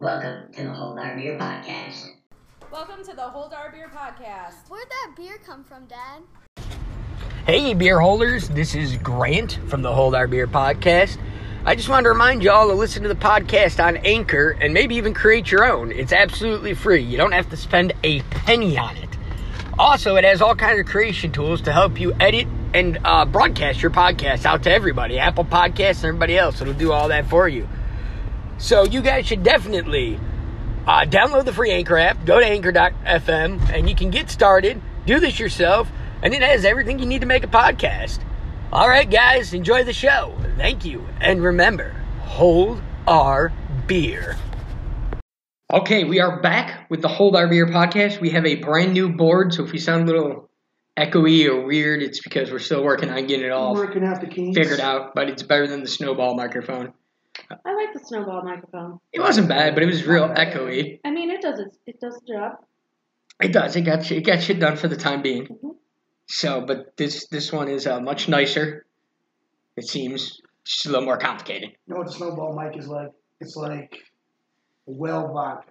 Welcome to the Whole Bar Beer Podcast. Welcome to the Hold Our Beer podcast. Where'd that beer come from, Dad? Hey, beer holders, this is Grant from the Hold Our Beer podcast. I just wanted to remind y'all to listen to the podcast on Anchor and maybe even create your own. It's absolutely free, you don't have to spend a penny on it. Also, it has all kinds of creation tools to help you edit and uh, broadcast your podcast out to everybody Apple Podcasts and everybody else. It'll do all that for you. So, you guys should definitely uh, download the free Anchor app, go to anchor.fm, and you can get started. Do this yourself, and it has everything you need to make a podcast. All right, guys, enjoy the show. Thank you. And remember, hold our beer. Okay, we are back with the Hold Our Beer podcast. We have a brand new board, so if we sound a little echoey or weird, it's because we're still working on getting it all working out the kinks. figured out, but it's better than the snowball microphone. I like the snowball microphone. It wasn't bad, but it was real echoey. I mean, it does its, it does the job. It does. It got it got shit done for the time being. Mhm. So, but this this one is uh, much nicer. It seems just a little more complicated. You know what the snowball mic is like? It's like well vodka.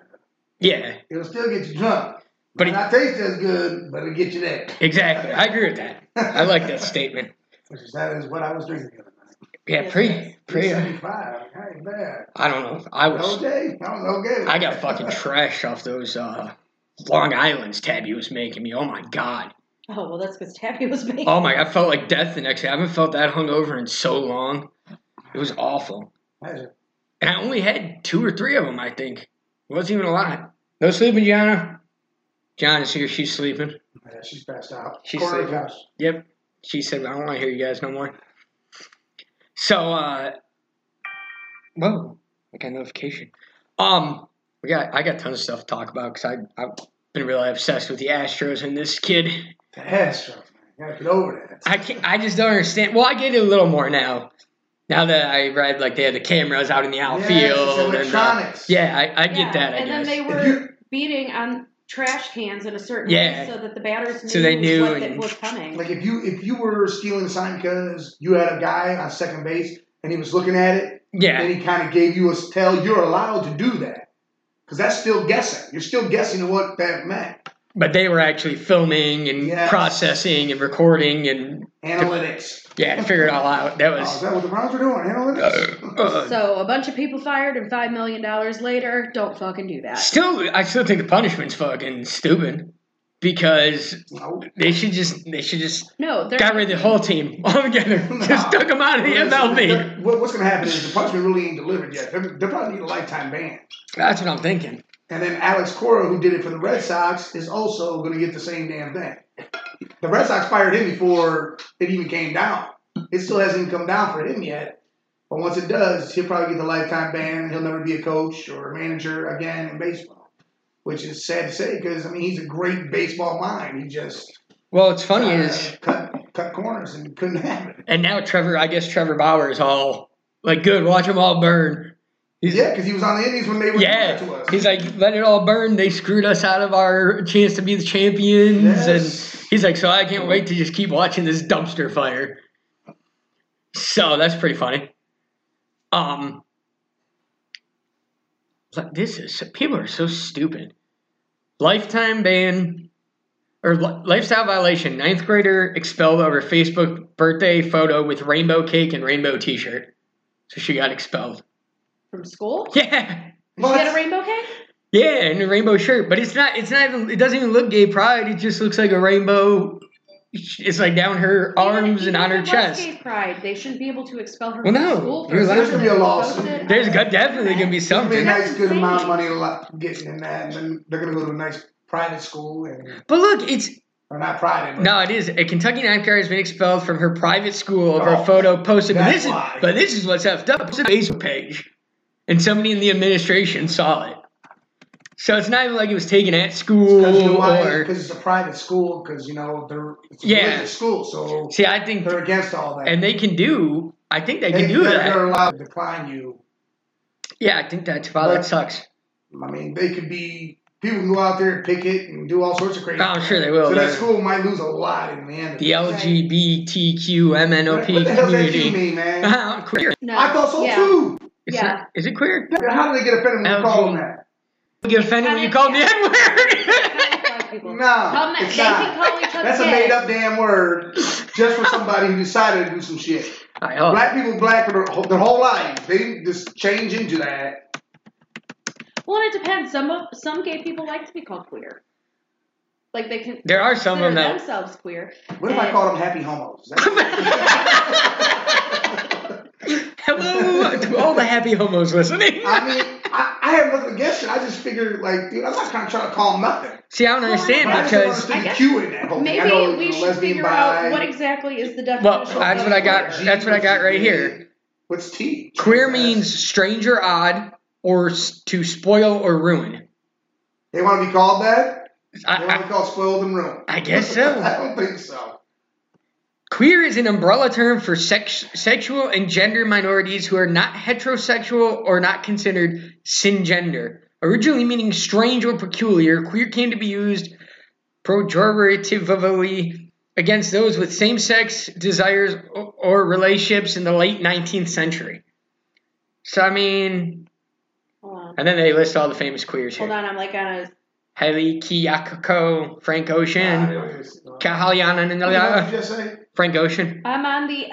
Yeah, It'll still get you drunk. But But it not taste as good, but it'll get you there. exactly. I agree with that. I like that statement. Which is that is what I was drinking the other night. Yeah, Yes, pre yes. pre. uh, 75. I ain't bad. I don't know. I was Okay, I was okay. with I it. got fucking trash off those uh, Long Island's tabby was making me. Oh my god. Oh well, that's because Tabby was making. Oh my. I felt like death the next day. I haven't felt that hungover in so long. It was awful. Imagine. And I only had two or three of them, I think. It wasn't even a lot. No sleeping, Gianna. Gianna's here. She's sleeping. Yeah, she's passed out. She's Corner sleeping. couch. Yep. She said, I don't want to hear you guys no more. So, uh, whoa, I got a notification. Um, we got, I got tons of stuff to talk about because I've been really obsessed with the Astros and this kid. The ass man. You gotta get over that. I can't, I just don't understand. Well, I get it a little more now. Now that I read, like, they had the cameras out in the outfield. it's and, uh, electronics. yeah, I, I Yeah, get that, I and guess. then they were beating on trash cans in a certain Yeah. way so that the batters knew, So they knew what that and- was coming. Like if you if you were stealing sign because you had a guy on second base and he was looking at it yeah. And he kind of gave you a tell you're allowed to do that. Because that's still guessing. You're still guessing what that meant. but they were actually filming and Yes. processing and recording and Analytics. yeah, figure it all out. That Oh, is was that what the Browns were doing? Analytics? uh, so a bunch of people fired and five million dollars later. Don't fucking do that. still. I still think the punishment's fucking stupid because No. they should just they should just No, they're got rid of the whole team altogether. Just took them out of the MLB. What- What's going to happen is the punishment really ain't delivered yet. They're, they're probably need a lifetime ban. That's what I'm thinking. And then Alex Cora, who did it for the Red Sox, is also going to get the same damn thing. The Red Sox fired him before it even came down. It still hasn't come down for him yet. But once it does, he'll probably get the lifetime ban. and He'll never be a coach or a manager again in baseball, which is sad to say because I mean he's a great baseball mind. He just Well, it's funny uh, is cut cut corners and couldn't have it. and now Trevor. I guess Trevor Bauer is all like good. Watch them all burn. He's, Yeah, because he was on the Indians when they were Yeah, to us. he's like, let it all burn. They screwed us out of our chance to be the champions, Yes. and he's like, so I can't wait to just keep watching this dumpster fire. So that's pretty funny. Um, like this is people are so stupid. Lifetime ban or li- lifestyle violation. Ninth grader expelled over Facebook birthday photo with rainbow cake and rainbow T-shirt. So she got expelled. from school. Yeah. You What? got a rainbow cake? Yeah, and a rainbow shirt, but it's not. It's not even. It doesn't even look gay pride. It just looks like a rainbow. It's like down her arms Even- and on even her if it was chest. gay pride. They shouldn't be able to expel her Well, from no, school. for you're something allowed- There's gonna be a she lawsuit. posted. There's go- definitely gonna be Gonna be a something. nice good amount of money lo- getting in that, and then they're gonna go to a nice private school and. But look, it's Or not private. but- no. It is a Kentucky ninth grader has been expelled from her private school over Oh, a photo posted. But that's this is. why. But this is what's effed up. It's a Facebook page, and somebody in the administration saw it. So it's not even like it was taken at school Because you know why? or. 'Cause it's a private school. Because you know they're it's a Yeah. religious school, so See, I think, they're against all that. and they can do. I think they, can do they're, that. They're allowed to decline you. Yeah, I think that's wow, that But- sucks. I mean, they could be people can go out there and picket and do all sorts of crazy. Oh, I'm sure they will. so yeah. that school might lose a lot in the end. the LGBTQMNOP what, what the hell does that you community. Oh, mean, man? Queer. No. I thought so yeah. too. It's Yeah. not- is it queer? How do they get offended when we call them LG. that? You get offended when you call the N word. Black people. No, Tell them that it's they not. can call each other That's a gay. made up damn word just for somebody who decided to do some shit. I oh, Black people black for their whole, their whole life. They didn't just change into that. Well, it depends. Some of, some gay people like to be called queer. Like they can. There are some of them that- consider themselves queer. What if I call them happy homos? hello to all the happy homos listening. I mean, I, I have nothing against it. I just figured, like, dude, I'm not trying to try to call them nothing. See, I don't But understand I just don't because understand I the guess- Q in that whole thing. I Maybe know we you're should lesbian, figure bi, out what exactly is the definition. Well, of that's what I got. queer. That's what I got right G, here. What's T? Queer means stranger, odd, or s- to spoil or ruin. They want to be called that? They want to I, be called spoiled and ruined. I, I guess so. I don't think so. Queer is an umbrella term for sex, sexual and gender minorities who are not heterosexual or not considered syngender. Originally meaning strange or peculiar, queer came to be used pejoratively against those with same sex desires or, or relationships in the late 19th century. So, I mean, Hold on. and then they list all the famous queers Hold here on. I'm like on a. Haile Kiyakako, Frank Nah, they Ocean, don't give a shit. What the hell did Kahaliana, you just say? Frank Ocean. I'm on the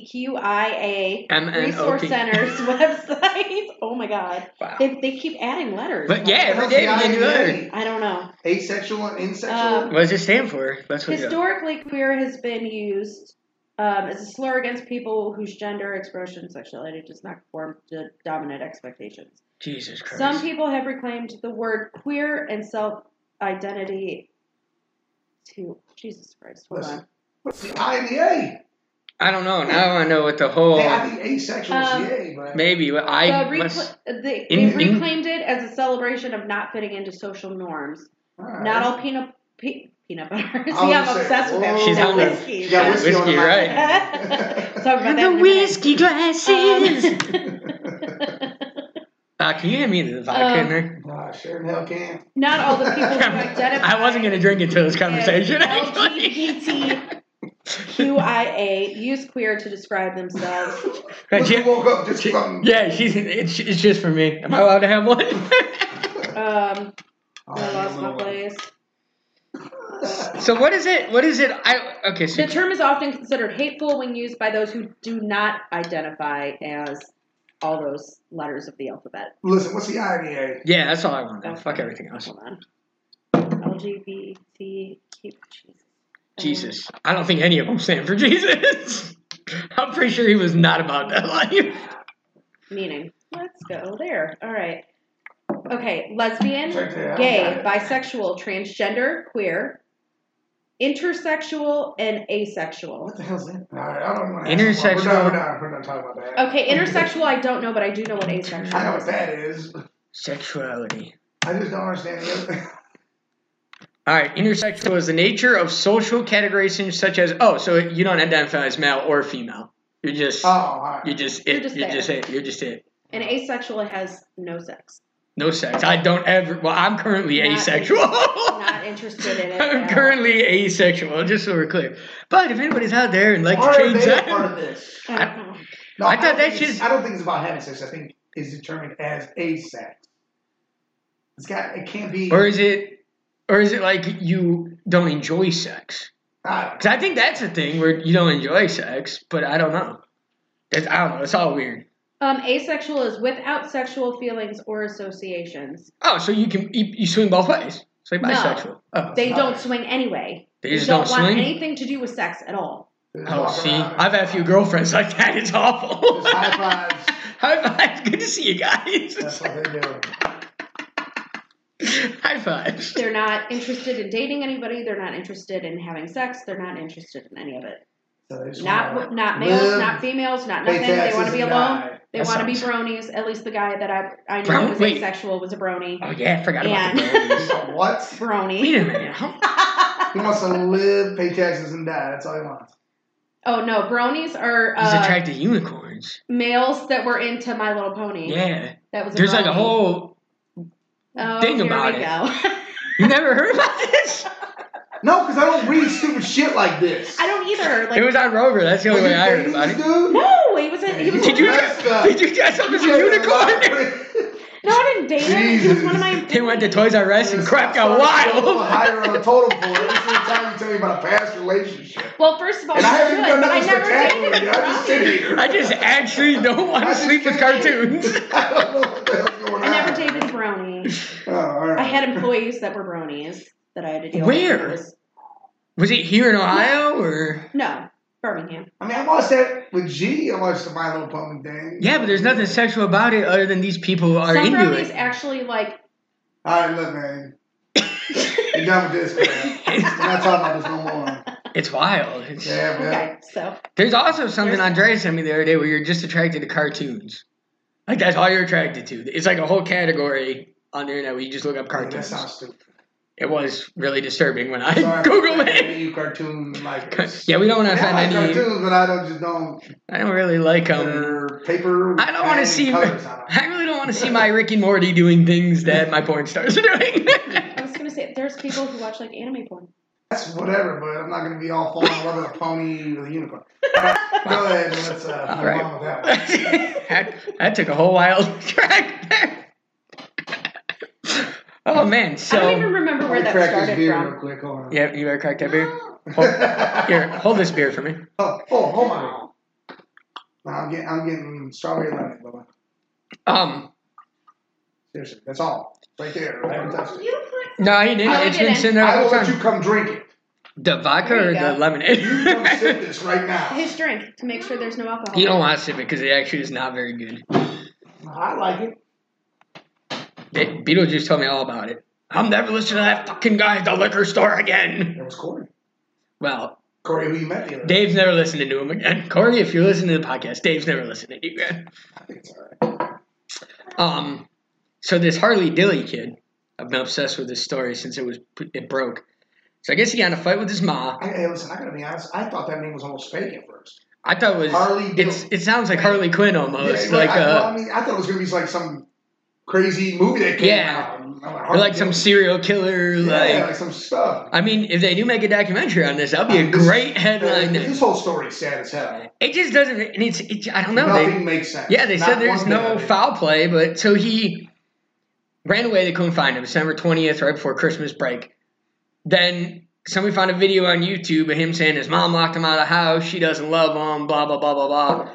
LGBTQIA MNOP. Resource Center's website. Oh my god. Wow. They, they keep adding letters. But yeah, every day we get new letters. I don't know. Asexual and insexual. Um, What does it stand for? That's what Historically, queer has been used um, as a slur against people whose gender, expression, sexuality does not conform to dominant expectations. Jesus Christ. Some people have reclaimed the word queer and self identity to Jesus Christ. Hold Listen, on. What's the I and the A? I don't know. Now I know what the whole Hey, I think asexual is Um, the A, but maybe what I the recla- must- they, in- they in- reclaimed it as a celebration of not fitting into social norms. all right. Not all peanut pe- peanut butter. I See, was I'm gonna say, obsessed with that. whoa. She's That on the- whiskey. She got whiskey, on Whiskey, her right. mind. Talk about that in a minute. glasses. Um, uh, can you hand me the vodka in there? Nah, sure in hell can. not all the people who identify. I wasn't gonna drink until this conversation. actually. LGBTQIA use queer to describe themselves. But Look, you yeah, woke up just from. yeah, she's it's, it's just for me. Am I allowed to have one? Um, Oh, I lost my Lord. place. so what is it? What is it? I okay. The So term is often considered hateful when used by those who do not identify as all those letters of the alphabet. Listen, what's the I and the A? yeah, that's all I want. Now. Oh, Fuck everything else. Hold on. LGBTQ. Jesus. Jesus. I don't think any of them stand for Jesus. I'm pretty sure he was not about that life. meaning. Let's go there. All right. Okay, lesbian, Check that out. gay, bisexual, transgender, queer, intersexual, and asexual. What the hell's that? All right, I don't want to. Intersexual. We're done. We're done. We're done talking about that. Okay, intersexual I don't know, but I do know what asexual I know is. what that is. Sexuality. I just don't understand the other. All right, intersexual is the nature of social categorization such as oh, so you don't identify as male or female. You're just Oh, all right. you're just You're it. just You're there. just it. You're just it. And asexual has no sex. No sex. I don't ever. Well, I'm currently Not asexual. Not interested in it. I'm at all. currently asexual, just so we're clear. But if anybody's out there and like Or to are change they a part that, of this? I don't know. No, I thought don't that think it's- shit- I don't think it's about having sex. I think it's determined as a sex. It's got. It can't be. or is it, or is it like you don't enjoy sex? I don't know. Because I think that's a thing where you don't enjoy sex, but I don't know. That's, I don't know. It's all weird. Um, asexual is without sexual feelings or associations. Oh, so you can you, you swing both ways. It's like No. bisexual. Oh, They No. don't swing anyway. they They just don't, don't, want swing. anything to do with sex at all. Just oh, walk see, around. I've had a few girlfriends like that. It's awful. Just high fives. High fives. Good to see you That's guys. what they do. High fives. They're not interested in dating anybody. They're not interested in having sex. They're not interested in any of it. So they just wanna Not not males, live, not females, not pay nothing. They want taxes to be and alone. die. They That want to be sounds- bronies. At least the guy that I I knew Bro- that was wait. asexual was a brony. Oh yeah, I forgot about the And- girls. What? Wait a Brony. minute. How- He wants to live, pay taxes, and die. That's all he wants. oh no, bronies are He's uh, attracted to unicorns. males that were into My Little Pony. Yeah. That was a There's like a brony. whole. oh, thing here about we it. Go. You never heard about this? No, because I don't read stupid shit like this. I don't either. Like It was on Rover. That's the Was only you way I heard dating about this it. dude? no, he was a, he was. Did you Messed up. Did you dress up as a Yeah, unicorn? no, I didn't date him. He was one of my. He went to Toys R Us and crap got wild. Higher on the totem pole. Every single time you tell me about a past relationship, well, first of all, and I he's haven't good, done but I nothing never dated spectacular. yet. him. I just sit here. I just actually don't want to I just sleep with sit here. cartoons. I don't know what the hell's going on. I never dated a brownie. Oh, all right. I had employees that were brownies that I had to deal Where? with. Was it here in Ohio or? No, Birmingham. I mean, I watched that with G. I watched the My Little Pony thing. Yeah, but there's nothing sexual about it other than these people are Some into brownies it. actually like. All right, look, man. You're done with this, man. We're not talking about this no more. It's wild. It's- Yeah, man. Okay, so There's also something There's- Andrea sent me the other day where you're just attracted to cartoons. Like that's all you're attracted to. It's like a whole category on the internet where you just look up Dude, That cartoons. sounds stupid. It was really disturbing when I Sorry, Googled I it. mean, You cartoon likers. Yeah, we don't want to Yeah, I like offend any. cartoons, but I don't just don't. I don't really like them. They're paper. I don't want to and see. colors on 'em. I really don't want to see my Rick and Morty doing things that my porn stars are doing. I was gonna say there's people who watch like anime porn. That's whatever, but I'm not gonna be all falling in love with a pony with a unicorn. All right, go ahead and let's uh, move All right. on with that. one. that, that took a whole wild track there. oh man, so I don't even remember Let where me that crack this started beer from. real quick. Hold on. yeah, you better crack that beer. Here, hold this beer for me. oh, oh, hold on. No, I'm getting, I'm getting strawberry lemon. Bubba. Um, Seriously, that's all. Right there. I haven't touched it. You put no, you didn't. No, I It's been didn't. sitting there the I whole will let you time. come drink it. The vodka There or you the go. You come sip lemonade? this right now. his drink to make sure there's no alcohol. you don't want to sip it because it actually is not very good. I like it. Be- Beetlejuice told me all about it. I'm never listening to that fucking guy at the liquor store again. It was Corey. Well, Corey, who you met the other day. Dave's never listening to him again. Corey, if you're listening to the podcast, Dave's never listening to you again. I think it's all right. Um, so this Harley Dilly kid, I've been obsessed with this story since it was it broke. So I guess he got in a fight with his ma. I, hey, listen, I gotta be honest. I thought that name was almost fake at first. I thought it was Harley It's Dilly. it sounds like Harley Quinn almost, Yeah, like I, well, uh, I mean, I thought it was gonna be like some crazy movie that came Yeah. out. I'm like, or like some serial killer. yeah, like, Like some stuff. I mean, if they do make a documentary on this, that'd be a This- great headline. This whole story is sad as hell. It just doesn't. And it's it, I don't know. they- Nothing makes sense. Yeah, they said Not there's one bit no of it. foul play, but so he ran away. They couldn't find him. December 20th, right before Christmas break. Then somebody found a video on YouTube of him saying his mom locked him out of the house. She doesn't love him, blah, blah, blah, blah, blah.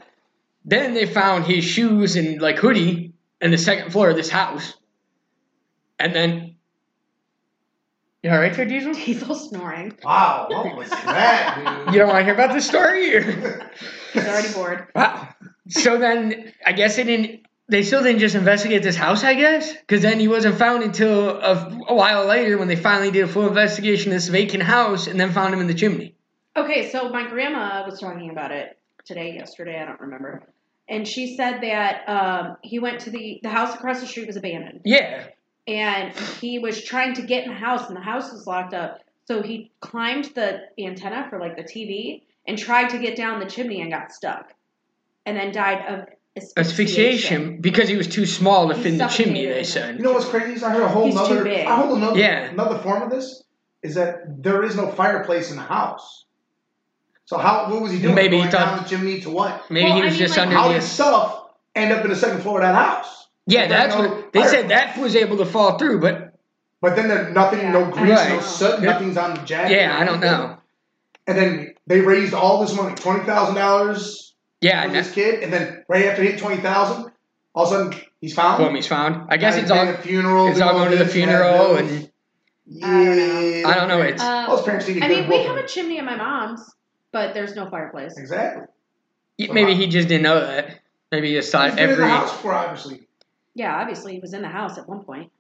Then they found his shoes and like hoodie in the second floor of this house. And then. You all right there, Diesel? You He's all snoring. Wow, what was that, dude? don't want to hear about this story? Or... He's already bored. Wow. So then, I guess they didn't. They still didn't just investigate this house, I guess, because then he wasn't found until a, a while later when they finally did a full investigation of this vacant house and then found him in the chimney. Okay, so my grandma was talking about it today, yesterday, I don't remember. And she said that um, he went to the the house across the street was abandoned, Yeah, and he was trying to get in the house, and the house was locked up. So he climbed the antenna for like the TV and tried to get down the chimney and got stuck, and then died of asphyxiation. asphyxiation because he was too small to He fit in the chimney. suffocated. They You said. know what's crazy? Is I heard a whole He's too nother, big. I heard another, Yeah. another form of this is that there is no fireplace in the house. So how? What was he doing? Maybe he Going thought- down the chimney to what? Maybe Well, he I was mean, just like, under How the. did stuff end up in the second floor of that house? yeah, There's that's no what they said. fireplace. That was able to fall through, but But then there's nothing, no Yeah, grease, Right. no soot, Yeah. nothing's on the jacket. yeah, I don't know. And then they raised all this money, twenty thousand dollars Yeah, for and this that's kid, and then right after he hit twenty thousand, all of a sudden he's found. what he's found. I guess Gotta it's pay all the funeral. it's do all going to the this, have funeral those. and yeah. I don't know. I don't know. It's Um, Most parents need a I good mean, we whooping. have a chimney at my mom's, but there's no fireplace. Exactly. maybe he just didn't know that. Maybe he just He's thought been in every the house before, obviously. Yeah, obviously he was in the house at one point.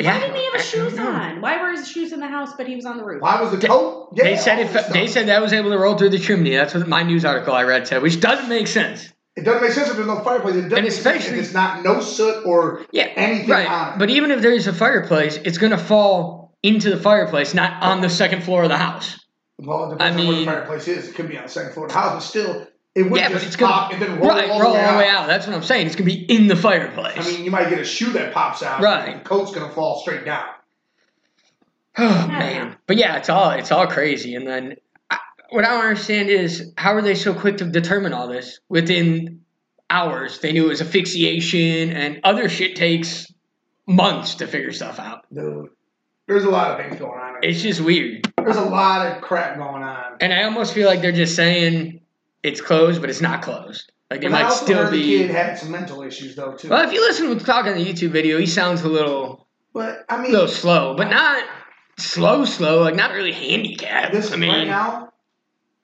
Yeah. Why didn't he have his I don't shoes know. on? Why were his shoes in the house, but he was on the roof? Why was the coat? Yeah, They said all it. this They stuff. said that was able to roll through the chimney. That's what my news article I read said, which doesn't make sense. it doesn't make sense if there's no fireplace. It doesn't And make sense especially- if it's not no soot or Yeah, anything on right. it. But even if there's a fireplace, it's gonna fall into the fireplace, not on the second floor of the house. well, it depends I on where the mean- fireplace is. It could be on the second floor of the house, but still, it would yeah, just but it's gonna pop and then roll right, all roll the way all the way out. out. That's what I'm saying. It's gonna be in the fireplace. I mean, you might get a shoe that pops out. Right. and The coat's gonna fall straight down. Oh man, but yeah, it's all it's all crazy. And then I, what I don't understand is how are they so quick to determine all this within hours? They knew it was asphyxiation and other shit takes months to figure stuff out. Dude, there's a lot of things going on. It's just weird. There's a lot of crap going on. And I almost feel like they're just saying it's closed, but it's not closed. Like it And I might also still heard the be. kid had some mental issues though too. Well, if you listen to talk on the YouTube video, he sounds a little But I a mean, little slow, but not slow slow. Like not really handicapped. this I mean, right now,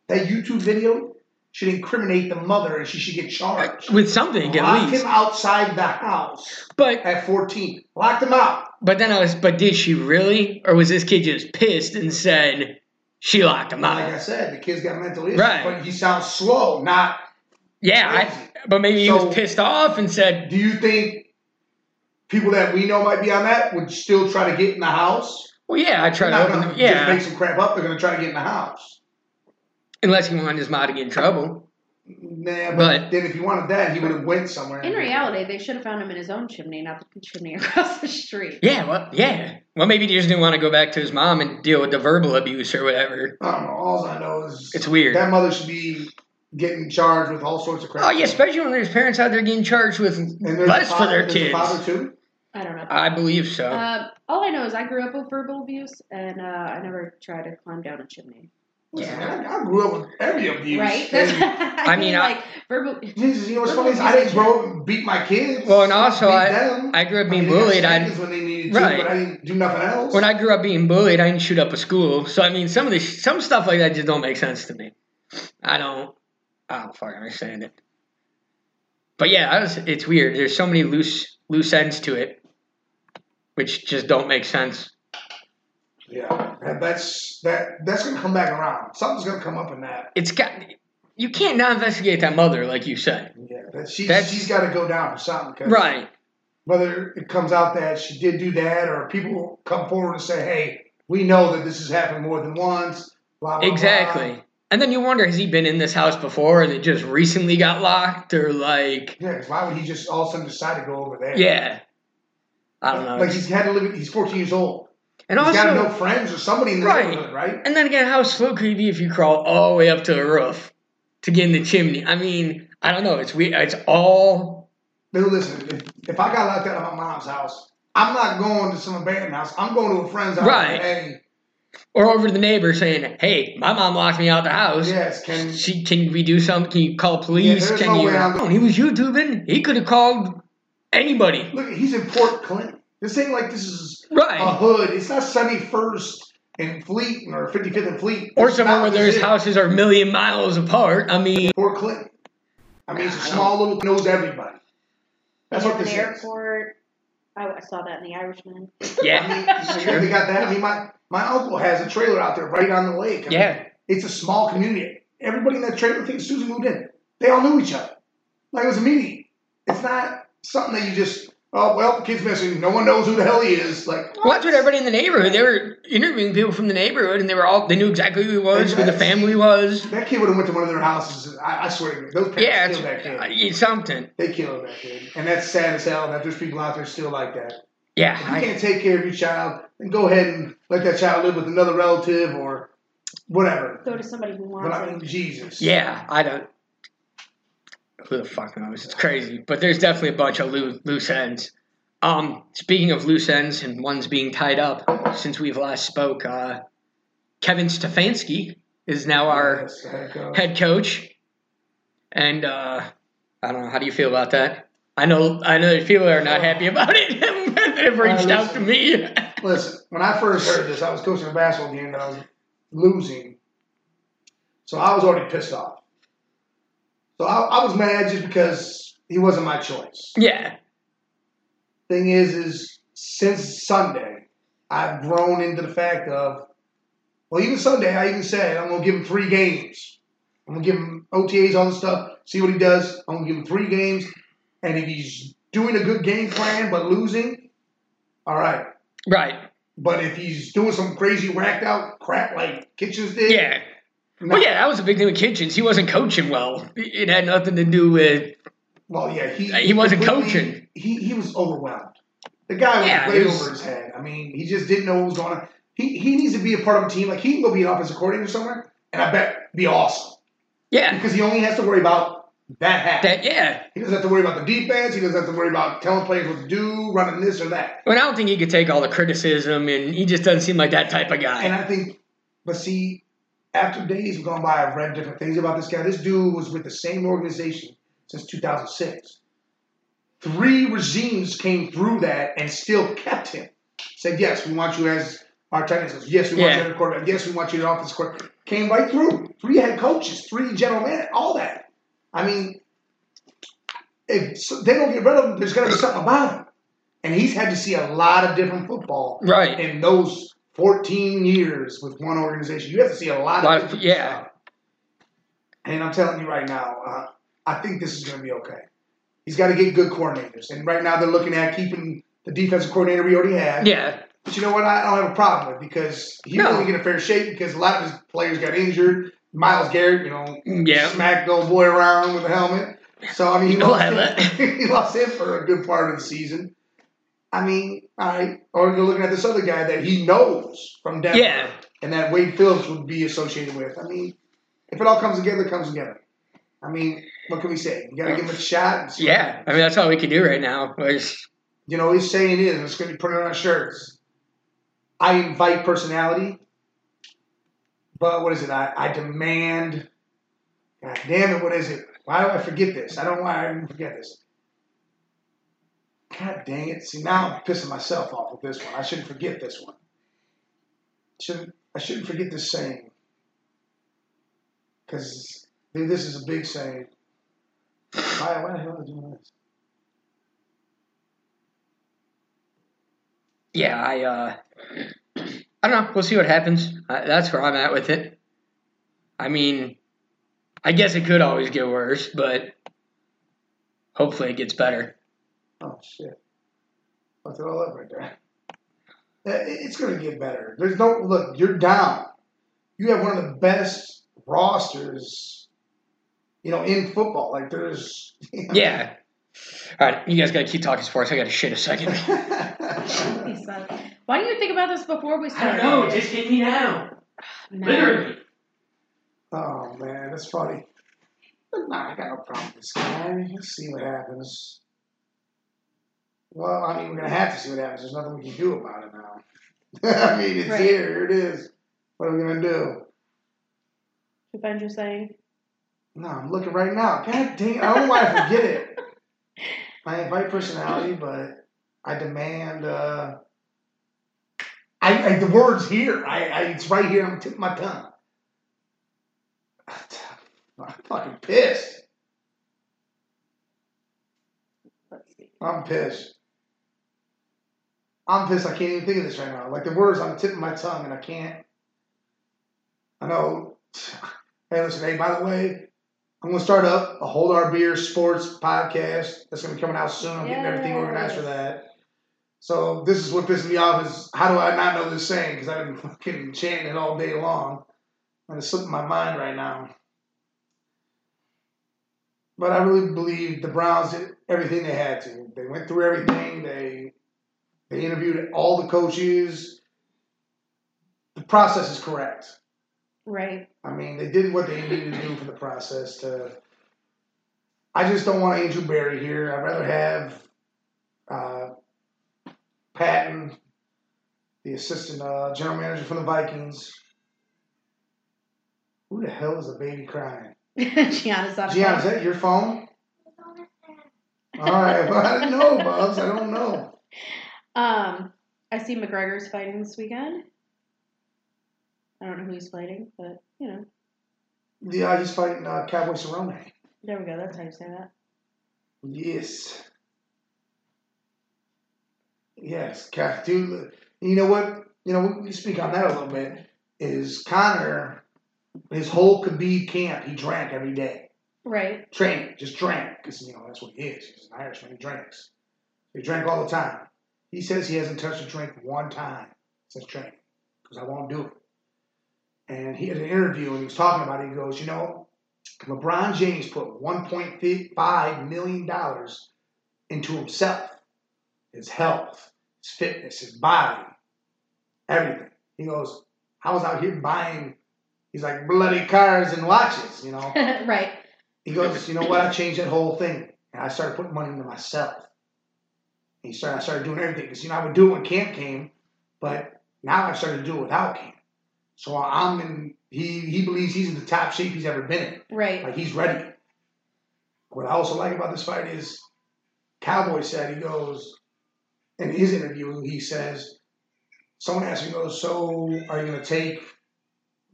that YouTube video should incriminate the mother, and she should get charged. with something at Lock least. him outside the house But at 14. Locked him out. But then I was, but did she really? Or was this kid just pissed and said she locked him Like I out? said, the kid's got mental issues, Right. but he sounds slow. Not. Yeah, crazy. I, but maybe he So- was pissed off and said, Do you think people that we know might be on that would still try to get in the house? well, yeah, I They're tried to not open gonna the, just yeah, make some crap up. They're gonna try to get in the house. unless he wanted his mom to get in trouble. Nah, but, But- then if he wanted that, he would have went somewhere. In reality, they should have found him in his own chimney, not the chimney across the street. Yeah, well, yeah. Well, maybe he just didn't want to go back to his mom and deal with the verbal abuse or whatever. I don't know. All I know is It's weird. that mother should be getting charged with all sorts of crap. Oh, yeah, especially when there's parents out there getting charged with And there's less a for father, their there's a kids. father too. I don't know. I believe so. Oh. Uh, all I know is I grew up with verbal abuse, and uh, I never tried to climb down a chimney. Listen, Yeah. I, I grew up with every abuse. Right? That's, And I, I mean, mean, I- like verbal. Jesus, you know what's funny? Is I didn't grow up and beat my kids. Well, and also beat I- them. I grew up mean, being they got bullied. I spankings when they needed Right. to, but I didn't do nothing else. when I grew up being bullied, I didn't shoot up a school. So I mean, some of the some stuff like that just don't make sense to me. I don't, I don't fucking understand it. But yeah, I was, it's weird. There's so many loose loose ends to it, which just don't make sense. yeah, that- that's that. That's gonna come back around. Something's gonna come up in that. It's got you can't not investigate that mother, like you said, Yeah, that she That's- she's got to go down for something. 'cause right? Whether it comes out that she did do that, or people come forward and say, "Hey, we know that this has happened more than once." Blah, blah, Exactly. blah. And then you wonder, has he been in this house before, and it just recently got locked, or like, Yeah, 'cause why would he just all of a sudden decide to go over there? yeah, I don't know. Like he's had to live. He's 14 years old. and He's also, got to know friends or somebody in the Right. neighborhood, right? And then again, how slow could you be if you crawl all the way up to the roof to get in the chimney? I mean, I don't know. It's weird. It's all Dude, listen, if, if I got locked out of my mom's house, I'm not going to some abandoned house. I'm going to a friend's house. Right. Hey, or over to the neighbor saying, "Hey, my mom locked me out the house. yes, can She can we do something? Can you call police? there's can no you?" way I'm- he was YouTubing. He could have called anybody. look? He's in Port Clinton. This ain't like this is Right. a hood. Oh, It's not 71st and Fleet or 55th and Fleet or It's somewhere not where this there's is houses are a million miles apart. I mean, Port Clinton. I mean, it's a I don't- small little knows everybody. That's At what an this is. airport. I, I saw that in The Irishman. I mean, yeah, they- they got that. I mean, my my uncle has a trailer out there right on the lake. I mean, yeah. It's a small community. Everybody in that trailer thinks Susan moved in. They all knew each other. Like it was a meeting. It's not something that you just, oh, well, the kid's missing. No one knows who the hell he is. Like, Well, that's what everybody in the neighborhood. They were interviewing people from the neighborhood, and they were all they knew exactly who he was, who the Exactly. family was. that kid would have went to one of their houses. I, I swear to you, those parents Yeah, it's, killed that kid. uh, it's something. they killed that kid. And that's sad as hell that there's people out there still like that. Yeah, If you I, can't take care of your child, then go ahead and let that child live with another relative or whatever. Go to somebody who But I mean, wants it. Jesus. yeah, I don't. Who the fuck knows? It's crazy, but there's definitely a bunch of loo- loose ends. Um, speaking of loose ends and ones being tied up since we've last spoke, uh, Kevin Stefanski is now our Yes, there you go. head coach, and uh, I don't know. How do you feel about that? I know, I know, that people are not happy about it. They've reached out to me. Listen, when I first heard this, I was coaching a basketball game that I was losing. So I was already pissed off. So I, I was mad just because he wasn't my choice. yeah, Thing is, is since Sunday, I've grown into the fact of, well, even Sunday, I even said I'm gonna give him three games. I'm gonna give him OTAs, all this stuff. See what he does. I'm gonna give him three games, and if he's doing a good game plan but losing, all right. right. But if he's doing some crazy racked out crap like Kitchens did, Yeah. no- Well, yeah, that was a big thing with Kitchens. He wasn't coaching well. It had nothing to do with. well, yeah, he He wasn't completely- coaching. He he was overwhelmed. The guy was Yeah, way he was- over his head. I mean, he just didn't know what was going on. He he needs to be a part of a team. Like he can go be an offensive coordinator somewhere, and I bet be awesome Yeah. because he only has to worry about that hat. That yeah. he doesn't have to worry about the defense. He doesn't have to worry about telling players what to do, running this or that. Well, I don't think he could take all the criticism, and he just doesn't seem like that type of guy. And I think, but see, after days have gone by, I've read different things about this guy. This dude was with the same organization since 2006. Three regimes came through that and still kept him. Said, yes, we want you as our tight ends. Yes, we want Yeah. you as a quarterback. Yes, we want you as offense quarterback. Came right through. Three head coaches, three general man, all that. I mean, if so- they don't get rid of him, there's going to be something about him. And he's had to see a lot of different football right. in those 14 years with one organization, you have to see a lot, Lot of- of different yeah. stuff. And I'm telling you right now, uh, I think this is going to be okay. He's got to get good coordinators, and right now they're looking at keeping the defensive coordinator we already have. yeah. But you know what? I don't have a problem with because he No. didn't really get a fair shake because a lot of his players got injured. Miles Garrett, you know, Yeah. smacked the old boy around with a helmet. So I mean, he You know lost, I let- him. he lost him for a good part of the season. I mean, all right. Or you're looking at this other guy that he knows from Denver, Yeah. and that Wade Phillips would be associated with. I mean, if it all comes together, it comes together. I mean, what can we say? You got to give him a shot. and see what Yeah. I mean, that's all we can do right now. Is, you know, his saying is, and it's going to be printed on our shirts. I invite personality, but what is it? I, I demand. God damn it! What is it? Why do I forget this? I don't know why I didn't forget this. God dang it! See now I'm pissing myself off with this one. I shouldn't forget this one. Shouldn't I shouldn't forget this saying? Because this is a big saying. Why, why the hell am I doing this? yeah. I uh, I don't know. We'll see what happens. I, that's where I'm at with it. I mean, I guess it could always get worse, but hopefully it gets better. Oh shit! Fucked it all up right there. Uh, it- It's gonna get better. There's no look. You're down. You have one of the best rosters, you know, in football. Like there's. Yeah. All right, you guys gotta keep talking sports. I gotta shit a second. I He said, Why didn't you think about this before we started? Just hit me now. No. Oh man, that's funny. But nah, I got no problem with this guy. Let's see what happens. Well, I mean, we're gonna have to see what happens. There's nothing we can do about it now. I mean, it's Right. here. Here it is. What are we gonna do? You find you saying? No, I'm looking right now. God dang it. I don't know why I forget it. I invite personality, but I demand. Uh, I, I the word's here. I, I it's right here. I'm tipping my tongue. I'm fucking pissed. Let's see. I'm pissed. I'm pissed. I can't even think of this right now. Like the words on the tip of my tongue, and I can't. I know. Hey, listen. Hey, by the way, I'm gonna start up a Hold Our Beer Sports podcast that's gonna be coming out soon. I'm getting everything organized for Yes. that. So this is what pisses me off is how do I not know this saying? Because I've been fucking chanting it all day long, and it's slipping my mind right now. But I really believe the Browns did everything they had to. They went through everything. They they interviewed all the coaches. The process is correct. Right. I mean, they did what they needed to do for the process to. I just don't want Andrew Barry here. I'd rather have uh, Patton, the assistant uh, general manager for the Vikings. Who the hell is the baby crying? Gianna's on Gian, is that your phone? All right. Well, I don't know, Bubs. I don't know. Um, I see McGregor's fighting this weekend. I don't know who he's fighting, but you know, Yeah, he's fighting uh, Cowboy Cerrone. there we go. That's how you say that. Yes. Yes, Cass, dude. look, You know what? You know, we can speak on that a little bit. Is Connor, his whole Khabib camp, he drank every day. Right. Training, just drank. Because, you know, that's what he is. He's an Irishman. He drinks. He drank all the time. He says he hasn't touched a drink one time since training. Because I won't do it. And he had an interview and he was talking about it. He goes, you know, LeBron James put $1.5 million into himself, his health, his fitness, his body, everything. He goes, I was out here buying, he's like, bloody cars and watches, you know? right. He goes, you know what? I changed that whole thing, and I started putting money into myself. And he started, I started doing everything because you know I would do it when camp came, but now I've started to do it without camp. So I'm in. He he believes he's in the top shape he's ever been in. Right. Like he's ready. What I also like about this fight is, Cowboy said he goes, in his interview he says, someone asked him, he goes, so are you gonna take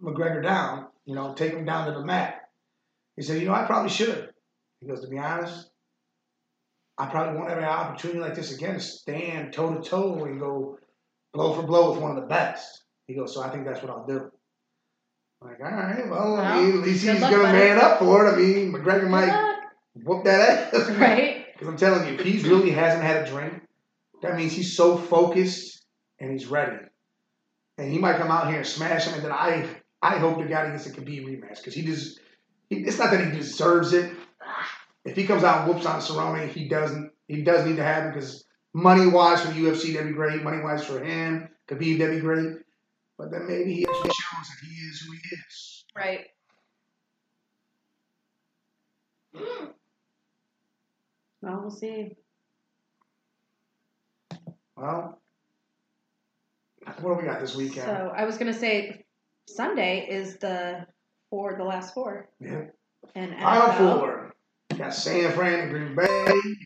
McGregor down? You know, take him down to the mat. He said, You know, I probably should. He goes, To be honest, I probably won't have an opportunity like this again to stand toe to toe and go blow for blow with one of the best. He goes, So I think that's what I'll do. I'm like, all right, well, I Well, mean, at least good he's luck, going to buddy. man up for it. I mean, McGregor might Right. whoop that ass. right. Because I'm telling you, if he really hasn't had a drink, that means he's so focused and he's ready. And he might come out here and smash him. And then I, I hope the guy gets a Khabib rematch because he just, he, it's not that he deserves it. If he comes out and whoops on Cerrone, he doesn't, he does need to have it because money wise for the UFC that'd be great. Money wise for him, Khabib that'd be great. But then maybe he actually shows that he is who he is. Right. Well, we'll see. Well, what do we got this weekend? So I was gonna say Sunday is the four, the last four. Yeah. And Final NFL. four. You got San Fran and Green Bay. You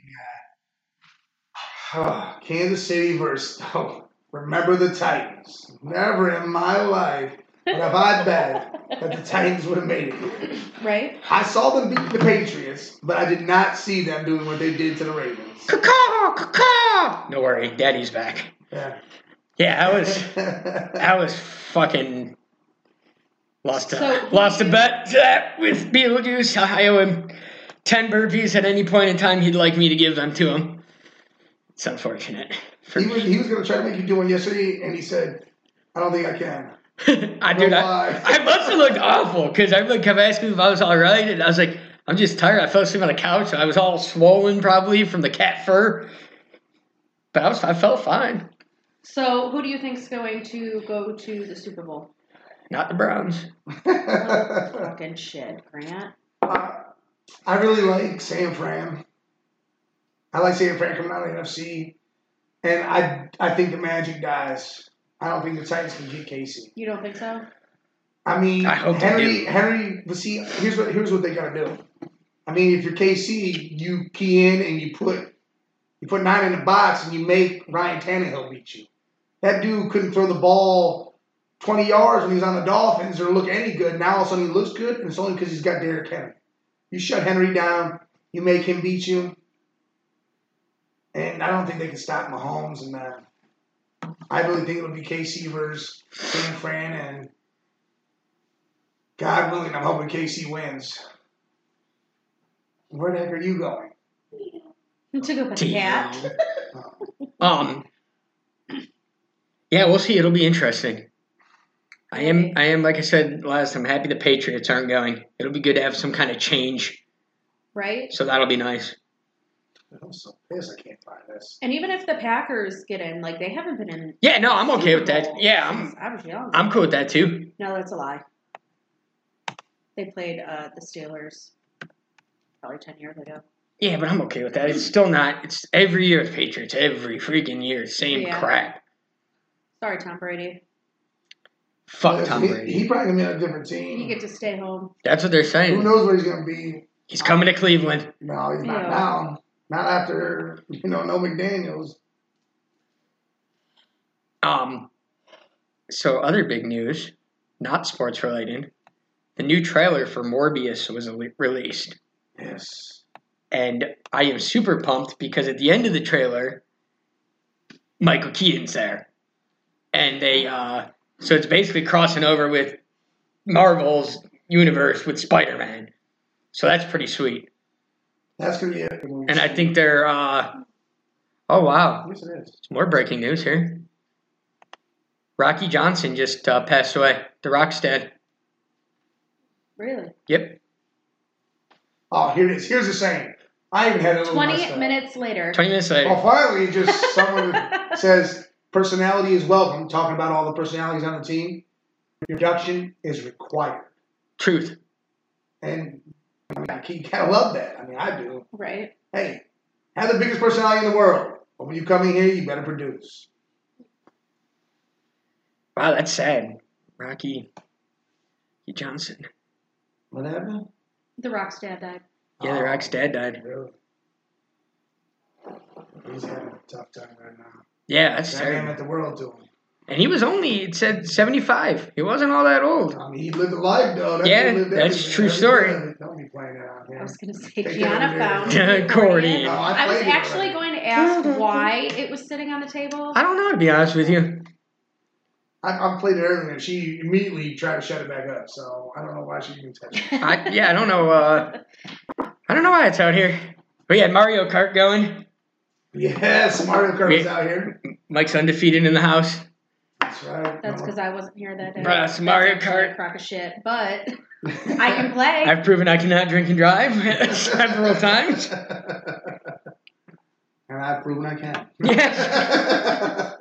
got uh, Kansas City versus oh, remember the Titans. Never in my life would have I bet that the Titans would have made it. Right. I saw them beat the Patriots, but I did not see them doing what they did to the Ravens. Caw, caw, caw. No worry, Daddy's back. Yeah. Yeah, I was, I was fucking lost. A, So- lost a bet that with Beetlejuice. I owe him ten burpees at any point in time. He'd like me to give them to him. It's unfortunate. For he me. was he was gonna try to make you do one yesterday, and he said, "I don't think I can." I do not. lie. I must have looked awful because everyone kept asking me if I was all right, and I was like, I'm just tired. I fell asleep on the couch. I was all swollen probably from the cat fur, but I was I felt fine. So who do you think's going to go to the Super Bowl? Not the Browns. Fucking shit, Grant. Uh, I really like San Fran. I like San Fran coming out of the NFC, and I I think the Magic dies. I don't think the Titans can get Casey. You don't think so? I mean, I hope they Henry do. Henry. But see, here's what here's what they gotta do. I mean, if you're KC, you key in and you put you put nine in the box and you make Ryan Tannehill beat you. That dude couldn't throw the ball 20 yards when he was on the Dolphins or look any good. Now all of a sudden he looks good, and it's only because he's got Derrick Henry. You shut Henry down, you make him beat you, and I don't think they can stop Mahomes. And uh, I really think it'll be KC versus San Fran, and God willing, I'm hoping KC wins. Where the heck are you going? To go back. Yeah. Yeah. um. Yeah, we'll see. It'll be interesting. I am. I am. Like I said last, I'm happy the Patriots aren't going. It'll be good to have some kind of change. Right? So that'll be nice. I'm so pissed I can't find this. And even if the Packers get in, like they haven't been in Yeah. No, Oh, I'm okay with that. Super Bowl Yeah, I'm. since I was young. I'm cool with that too. No, that's a lie. They played uh, the Steelers probably 10 years ago. Yeah, but I'm okay with that. It's still not. It's every year it's Patriots. Every freaking year, same Yeah. crap. Sorry, Tom Brady. Fuck Tom he, Brady. He probably gonna be on a different You team. get to stay home. That's what they're Who saying. knows where he's gonna be? He's coming to Cleveland. No, he's not Yeah. now. Not after you know, no McDaniels. Um. So other big news, not sports related. The new trailer for Morbius was ele- released, Yes. and I am super pumped because at the end of the trailer, Michael Keaton's there, and they uh, so it's basically crossing over with Marvel's universe with Spider-Man. So that's pretty sweet. That's gonna be it. And I think they're. Uh, oh wow, Yes, it is. more breaking news here. Rocky Johnson just uh, passed away. The Rock's dead. Really? Yep, Oh, here it is. Here's the saying. I even had a little 20 messed up. minutes later. Oh. twenty minutes later. Well, finally, just someone says Personality is welcome. Talking about all the personalities on the team. Reduction is required. Truth. And I mean, I keep, gotta love that. I mean, I do. Right. Hey, have the biggest personality in the world. But when you come in here, you better produce. Wow, that's sad. Rocky E. Johnson. What happened? The Rock's dad died. Yeah, The Rock's dad died. Oh, Really? He's having a tough time right now. Yeah, that's That man terrible. at the world to him. And he was only, it said 75. He wasn't all that old. I mean, he lived a life, though. That Yeah, man lived that's everything. true That was story. good. Don't be playing that out I here. was gonna say Take that Gianna found over. Accordion. accordion. No, I I was played it actually already. going to ask why it was sitting on the table. I don't know, to be honest with you. I, I played it earlier, and she immediately tried to shut it back up. So I don't know why she even touched it. I, yeah, I don't know. Uh, I don't know why it's out here. We had Mario Kart going. Yes, Mario Kart was We- out here. Mike's undefeated in the house. That's right. That's No. because I wasn't here that day. Bruh, Mario actually a Kart. crack of shit, but I can play. I've proven I cannot drink and drive several times. And I've proven I can. Yes.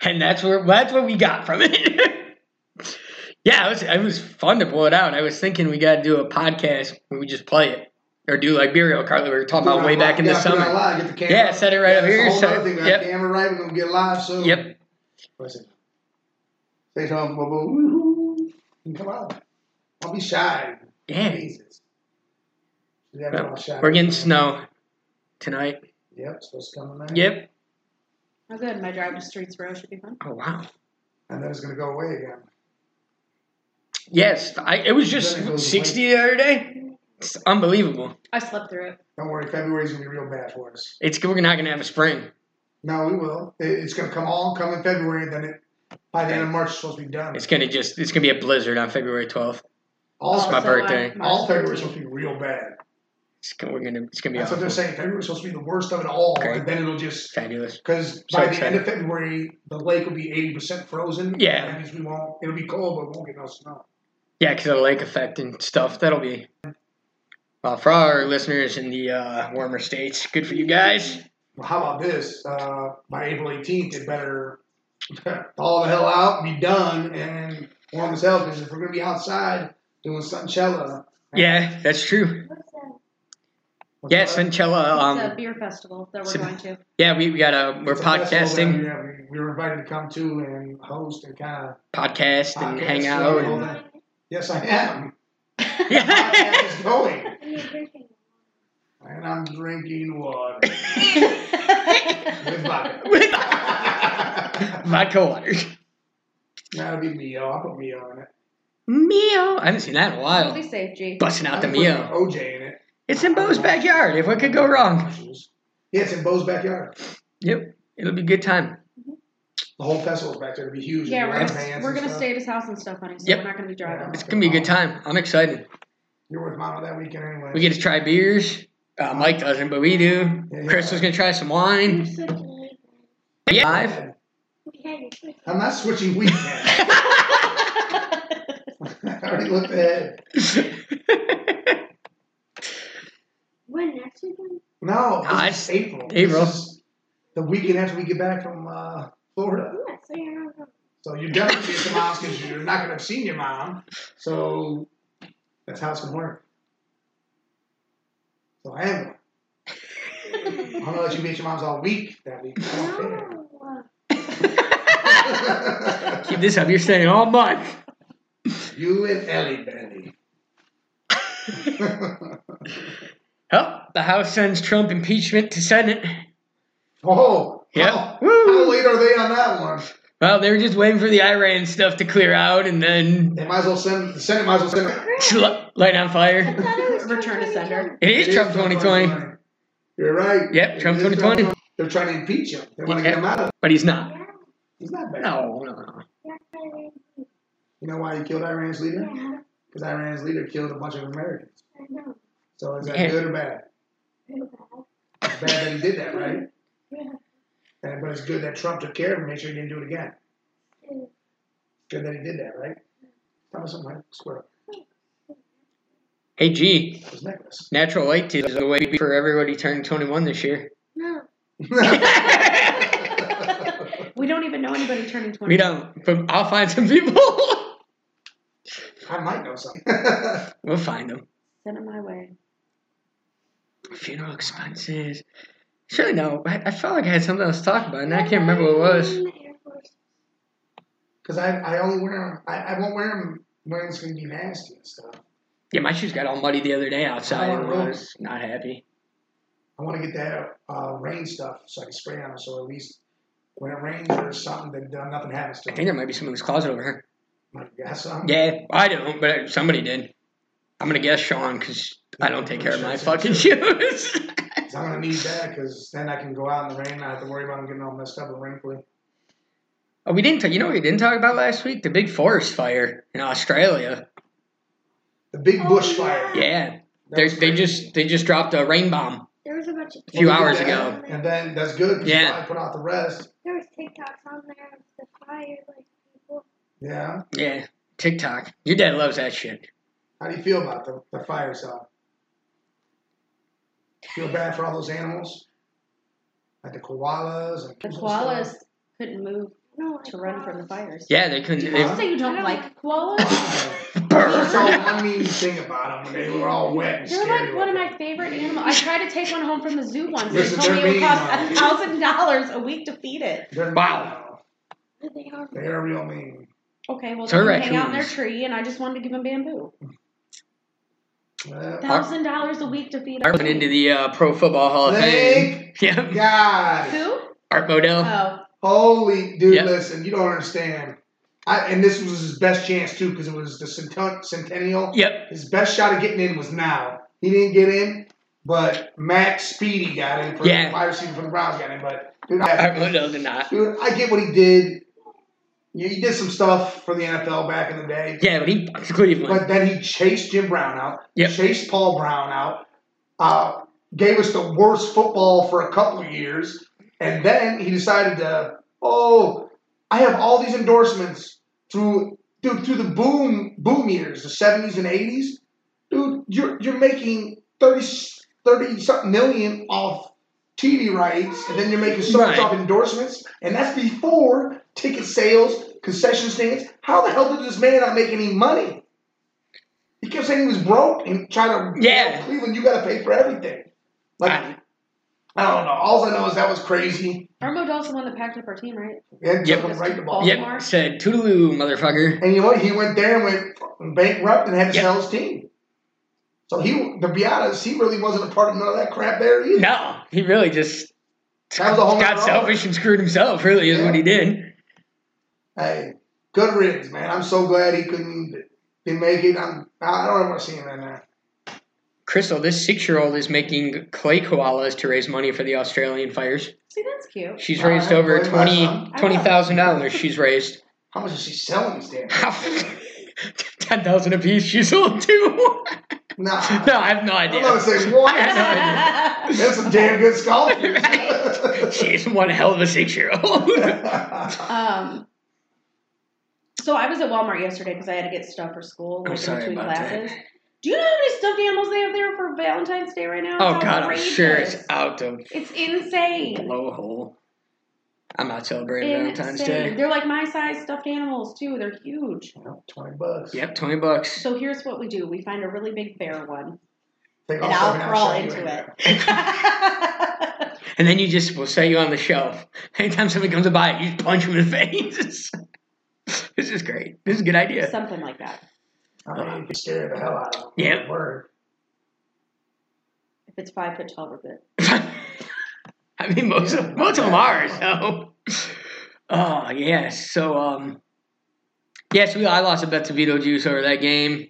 and that's where that's what we got from it. yeah, it was it was fun to pull it out. I was thinking we got to do a podcast where we just play it or do like Burial Cart that we were talking about way back in the Yeah, put it summer. online, get the camera. Yeah, set it right up That's a here. whole set other thing. it- We got the yep, camera right. We're gonna get live soon. yep. Listen. Say something, boo boo. You can come out. I'll be shy. Yeah, Jesus. You gotta Well, all shy. we're getting snow tonight. Yep, it's supposed to come tonight. Yep. Oh, good. My drive to Streets Row should be fun. Oh wow. And then it's gonna go away again. Yes, I, it was just Then it goes sixty the other day. It's unbelievable. I slept through it. Don't worry, February's gonna be real bad for us. It's we're not gonna have a spring. No, we will. It, it's gonna come all come in February, and then it by the end of March it's supposed to be done. It's gonna just it's gonna be a blizzard on February twelfth. all Oh, my February- birthday. I'm- all February's supposed to be real bad. It's gonna, we're gonna it's gonna be That's what awful. they're saying. February's supposed to be the worst of it all, Okay. and then it'll just fabulous. because So by the excited. end of February the lake will be eighty percent frozen. Yeah. that means we won't. It'll be cold, but we won't get no snow. Yeah, because of the lake effect and stuff. That'll be well for our listeners in the uh, warmer states. Good for you guys. Well, how about this? Uh, by April eighteenth, it better all the hell out, be done, and warm as hell. Because if we're gonna be outside doing sunchella, Yeah, that's true. what's Yeah, that? Cinchella. it's a Um, beer festival that we're Sim- going to. yeah, we, we got a we're It's a festival podcasting, that we- We were invited to come to and host and kind of podcast and hang out. and- Yes, I am. yeah. Podcast is going. And you're drinking. And I'm drinking water with vodka. With vodka water. That'll be Mio. I'll put Mio in it. Mio. I haven't seen that in a You'll while. be safe, G. Busting out the I'm Mio. putting OJ in it. It's in Bo's backyard. If what could go wrong? Yeah, it's in Bo's backyard. Yep. It'll be a good time. The whole festival's back there. It'll be huge. yeah, There'll we're be gonna, bands we're and gonna stuff. stay at his house and stuff, honey. So Yep. we're not gonna be driving. It's gonna be a good time. I'm excited. You're with Mama that weekend anyway. We get to try beers. Uh, Mike doesn't, but we do. Chris was gonna try some You're wine. such a late Yeah. Live. Yeah, you're such a I'm not switching weekends. I already looked ahead. When next weekend? No, No, this is April. This April. is the weekend after we get back from uh, Florida. Yeah, so you're not going. So you're definitely seeing your mom because you're not going to have seen your mom. So that's how it's going to work. So I am. I'm going to let you meet your moms all week that week. I don't care. No. Keep this up. You're staying all month. you and Ellie Belly. Oh, the House sends Trump impeachment to Senate. oh, Yep. How, Woo. how late are they on that one? Well, they were just waiting for the Iran stuff to clear out and then They might as well send, the Senate might as well send it. sl- light on I fire. thought it was Return to sender. It is Trump 2020, 2020. You're right. Yep, Trump It is 2020. They're trying to impeach him. They want to Yeah. get him out of it. but he's 2020. not. Yeah, He's not bad. No, no, no. yeah, I- You know why he killed Iran's leader? yeah, because Iran's leader killed a bunch of Americans. I know. So is that Yeah. good or bad? It's bad that he did that, right? Yeah. And, but it's good that Trump took care of him, make sure he didn't do it again. Yeah. Good that he did that, right? Tell me something, like square up Hey, G, his necklace. natural light tube is the way for everybody turning 21 this year. No. We don't even even know anybody turning 21. We don't, but I'll find some people. I might know something. we'll find them. Send it my way. Funeral expenses. Surely no. I, I felt like I had something else to talk about, and I can't remember what it was. Because I, I only wear them. I, I won't wear them when it's going to be nasty and stuff. Yeah, my shoes got all muddy the other day outside, and Oh, I was not happy. I want to get that uh, rain stuff so I can spray on them. So at least when it rains or something, then uh, nothing happens to I think them. there might be someone in this closet over here. Like, yeah, something. Yeah, I don't, but somebody did. I'm gonna guess Sean because I don't take care of my fucking shoes. 'Cause I'm gonna need that because then I can go out in the rain. and Not have to worry about them getting all messed up and wrinkly. oh, we didn't. Talk, you know what we didn't talk about last week? The big forest fire in Australia. The big Oh, bush fire. Yeah, That they was they crazy. just they just dropped a rain bomb. There was a bunch of A few Well, we hours did that, ago. And then that's good. 'cause Yeah. I put out the rest. There was TikToks on there of the fire, like people. Yeah. Yeah, TikTok. Your dad loves that shit. How do you feel about the, the fire itself? Feel bad for all those animals, like the koalas. And The and stuff? koalas couldn't move No, like uh, to run from the frogs. fires. Yeah, they couldn't. Did you They, Yeah. say you don't, I don't like like koalas? That's all burn. one mean thing about them. They were all wet and They're scary. like one of my looking. favorite animals. I tried to take one home from the zoo once. They Listen, told me they're it would mean, cost though. a thousand dollars a week to feed it. They're- Wow. They are. They are real mean. Okay, well So they can hang out in their raccoons. tree, and I just wanted to give them bamboo. Well, Thousand dollars a week to feed. Art went into the uh, Pro Football Hall of Fame. Thank Yeah, God. Who? Art Modell. Uh, Oh, Holy dude, Yep. listen, you don't understand. I, and this was his best chance too, because it was the centen- centennial. Yep. His best shot of getting in was now. He didn't get in, but Max Speedy got in for Yeah. wide receiver for the Browns got in. But dude, Art I, Modell did not. dude, I get what he did. You he did some stuff for the NFL back in the day. Yeah, but he fucks Cleveland. But then he chased Jim Brown out, Yep. chased Paul Brown out, uh, gave us the worst football for a couple of years, and then he decided to, oh, I have all these endorsements through dude through the boom boom years, the seventies and eighties. Dude, you're you're making 30, 30 something million off TV rights, and then you're making so much Right. off endorsements, and that's before ticket sales, concession stands. How the hell did this man not make any money? He kept saying he was broke and trying to Yeah. Cleveland, you got to pay for everything. Like I, I- don't know. All I know is that was crazy. Armo Dell's the one that packed up our team, right? And Yep. took him right to ball. yep, said Toodaloo, motherfucker. And you know what? He went there and went fucking bankrupt and had to Yep. sell his team. So he, to be honest, he really wasn't a part of none of that crap there either. No, he really just That was a whole got nother- selfish and screwed himself. Really is Yeah. what he did. Hey, good riddance, man. I'm so glad he couldn't didn't make it. I'm, I don't ever see him in there. Crystal, this six-year-old is making clay koalas to raise money for the Australian fires. See, that's cute. She's Wow, raised I over believe my twenty son. twenty thousand dollars. She's raised How much is she selling these damn? ten thousand apiece. She sold two. Nah, no, I have no I'm idea. not saying what. I have That's a damn good sculpture. no idea. She's one hell of a six-year-old. um. So I was at Walmart yesterday because I had to get stuff for school, I'm like in sorry between about that. classes. Do you know how many stuffed animals they have there for Valentine's Day right now? It's Oh god, I'm sure it's outrageous. out the It's insane. blowhole. I'm not celebrating Valentine's Insane. Day. They're like my size stuffed animals too. They're huge. Twenty bucks. Yep, twenty bucks. So here's what we do: we find a really big bear one, Take and all I'll seven crawl outside, you into ain't- it. I And then you just will set you on the shelf. Anytime somebody comes to buy it, you just punch them in the face. this is great. This is a good idea. Something like that. I mean, you can scare the hell out of him. Yep. Word. If it's five foot tall, we're good. I mean, most of most of them are. So, oh yeah. So um, yes, we I lost a bet to Vito Juice over that game.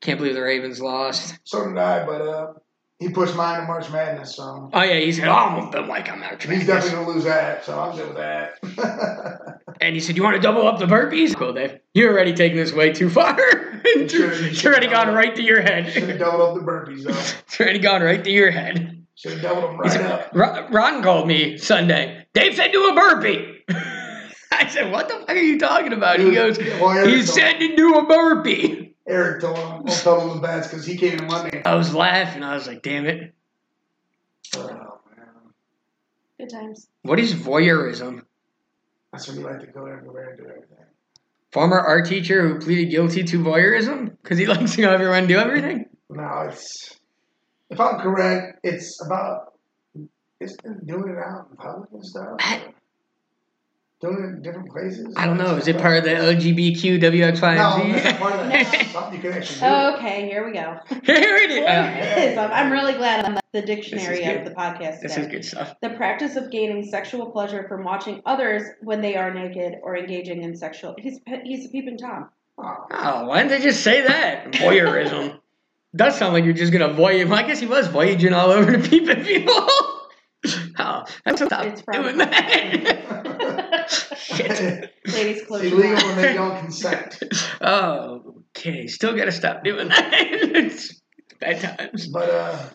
Can't believe the Ravens lost. So did I, but uh, he pushed mine to March Madness, so Oh yeah, he said, "Oh, I'm gonna like I'm out." he's definitely gonna lose that. So I'm good with that. And he said, "You want to double up the burpees?" Cool, Dave. You're already taking this way too far. it's already gone right to your Should have head. doubled up the burpees though. It's already gone right to your head. Should have doubled them He right said, up. Ron Ron called me Sunday. Dave said, "Do a burpee." I said, "What the fuck are you talking about?" He goes, Why "He is it- said to do a burpee." Eric told him, I'll tell him the bats because he came in Monday. I was laughing. I was like, "Damn it! Oh, man. Good times. What is voyeurism?" That's where we like to go everywhere and do everything. Former art teacher who pleaded guilty to voyeurism because he likes to know everyone do everything. No, it's if I'm correct, it's about it's been doing it out in public and stuff. doing it in different places. I don't know. Is it part of the LGBTQ No, that's not WXYZ? part of that. It's something you can actually do. Oh. Okay, here we go. Here it is. Uh, Voyeurism. I'm really glad I'm at the dictionary good. of the podcast. this today. is good stuff. The practice of gaining sexual pleasure from watching others when they are naked or engaging in sexual. He's pe- he's a peeping tom. Oh, Oh, why didn't they just say that? Voyeurism. Does sound like you're just gonna voyage. Well, I guess he was voyaging all over to peeping people. oh, that's stop It's doing probably- that. Shit. Ladies, close it's your illegal when mouth. they don't consent. Okay, still gotta stop doing that. it's bad times. But uh,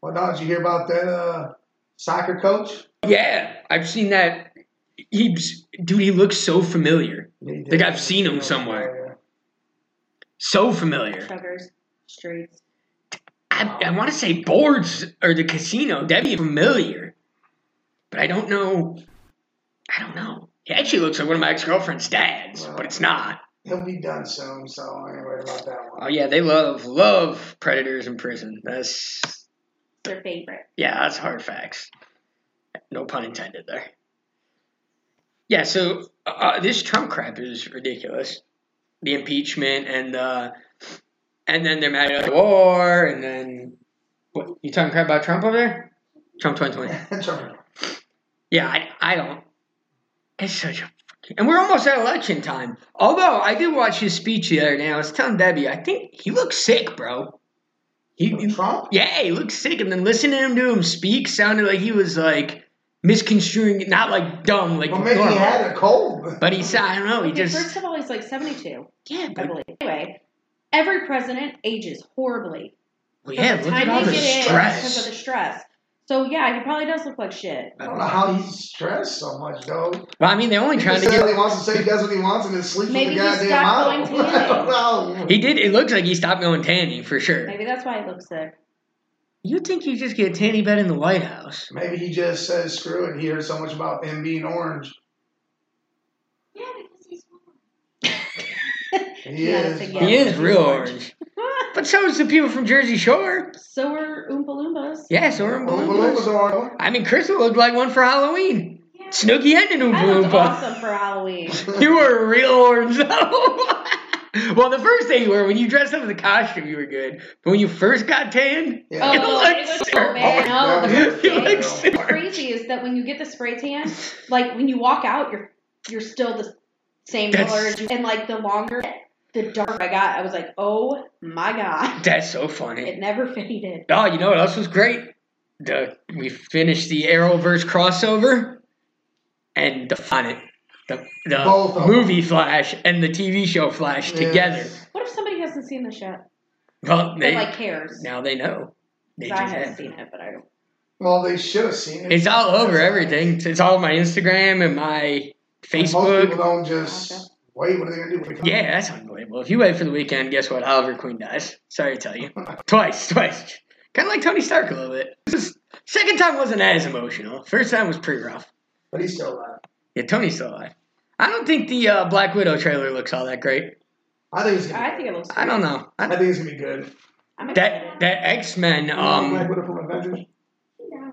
well, now did you hear about that uh, soccer coach? Yeah, I've seen that. He's dude. He looks so familiar, Like, I've seen him somewhere. so familiar. Chuggers, streets. I, I want to say boards or the casino. That'd be familiar, but I don't know. I don't know. He actually looks like one of my ex girlfriend's dads, but it's not. He'll be done soon, so I ain't worried about that one. Oh yeah, they love love predators in prison. That's Their favorite. Yeah, that's hard facts. No pun intended there. Yeah, so uh, this Trump crap is ridiculous. The impeachment and uh, and then they're mad at war and then what you talking crap about Trump over there? Trump twenty twenty. Trump. Yeah, I, I don't. It's such a. fucking- And we're almost at election time. Although I did watch his speech the other day. and I was telling Debbie, I think he looks sick, bro. He, he Trump? yeah, he looked sick. And then listening to him do him speak sounded like he was like misconstruing, it, not like dumb, like Well, maybe he normal. had a cold. But he said, I don't know, he Okay, Oh, just first of all, he's like 72, yeah, I but, believe. Anyway, every president ages horribly. well, yeah. From Look at all the because of the stress. stress. So yeah, he probably does look like shit. I don't know how he's stressed so much, though. Well, I mean, they're only He trying says to get. he wants to say he does what he wants and then sleeps Maybe with he the goddamn stopped model. going to I don't know. He did. It looks like he stopped going tanning for sure. Maybe that's why he looks sick. You think you just get a tanning bed in the White House? Maybe he just says screw it. He heard so much about him being orange. Yeah, because he's warm. He Not is. a big He is real orange. But so is the people from Jersey Shore. so are Oompa Loompas. Yeah, so are Oompa Oompa Loompas Loompas. are orange. I mean, Crystal looked like one for Halloween. Snooki and an I Oompa looked Loompa. awesome for Halloween. You were real orange, though. well, the first day you were, when you dressed up in the costume, you were good. But when you first got tanned, Yeah. Oh, looked it was so terrible. bad. No, the you Yeah. looked first thing sick. that's crazy is that when you get the spray tan, like when you walk out, you're you're still the same That's- color. as you- And like the longer, the darker I got, I was like, oh my god, That's so funny. it never faded. Oh, you know what else was great? The we finished the Arrowverse crossover, and the on it, the, Both of the them. movie Flash and the TV show Flash Yeah. together. What if somebody hasn't seen this yet? Well, They they like cares. now they know. They 'Cause I just haven't have. seen it, but I don't. Well, they should have seen it. It's all over everything. It's, it's all my Instagram and my Most people Facebook. don't just wait. What are they gonna do? What are they gonna- Yeah, that's unbelievable. If you wait for the weekend, guess what? Oliver Queen dies. Sorry to tell you, twice, twice. Kind of like Tony Stark a little bit. This is, second time wasn't as emotional. First time was pretty rough. But he's still alive. Yeah, Tony's still alive. I don't think the uh, Black Widow trailer looks all that great. I think it's gonna. I think it looks. I don't know. I I, think it's gonna be good. I'm that excited. that X Men. Black Um, Widow from Avengers. Yeah.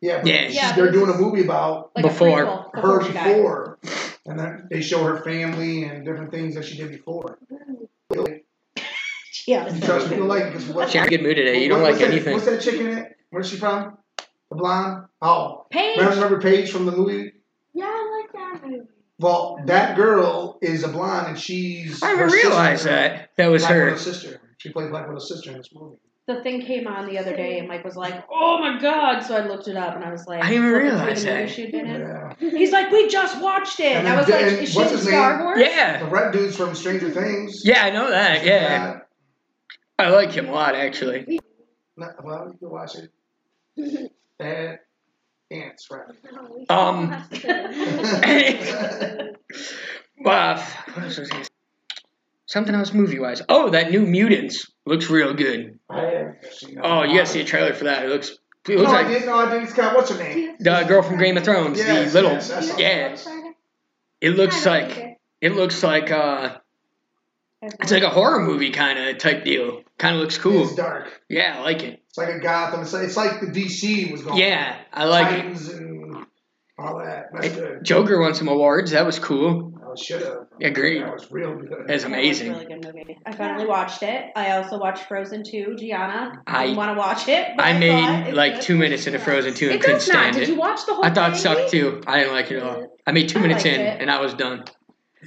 Yeah. but Yeah. she's- Yeah, They're but doing a it's- movie about Like a before- prequel, her she died. before, and then they show her family and different things that she did before. Really. Yeah. You trust me? You like it? 'Cause what? she's in a good mood today. You don't what- like what's that- anything. What's that chick in it? Where's she from? The blonde. Oh, Paige. remember Paige from the movie? Yeah, I like that movie. Well, that girl is a blonde, and she's. I her didn't realize sister, that that was Black her. Widow's sister. She played Black Widow's sister in this movie. the thing came on the other day, and Mike was like, "Oh my god!" So I looked it up, and I was like, I didn't even flipping through realize the movie that. she'd been in. Yeah. He's like, "We just watched it," and, And I was then- like, and "Is she what's in his Star name? Wars?" The Yeah, red dude's from Stranger Things. yeah, I know that. Yeah, I like him a lot actually. Uh, no- well, you can watch it. Bad ants, right? No, Um. we should watch it. Oh, yeah, Wow, fuck, what else was I gonna say? something else movie wise. Oh, that new Mutants looks real good. Oh, you gotta see a trailer for that. It looks. It No, looks I like didn't. No, I didn't. Scott, what's her name? the girl from Game of Thrones, Yes, the little. yes, I saw yeah, Friday? It looks I don't like need it looks like uh, it. it's like a horror movie kind of type deal. Kind of looks cool. It's dark. Yeah, I like it. It's like a Gotham. It's like, it's like the DC was going. Yeah, I like Titans and all that. That's it. good. Joker won some awards. That was cool. I should have. Agreed. That was real good. That's amazing. That was a really good movie. I finally watched it. I also watched Frozen 2, Gianna. I- I didn't want to watch it. but I saw it. made It's like good. two minutes into Frozen 2 and It couldn't does not. stand Did it. you watch the whole I thought it thing? sucked too. I didn't like it at all. I made two Oh, I minutes in liked it. and I was done.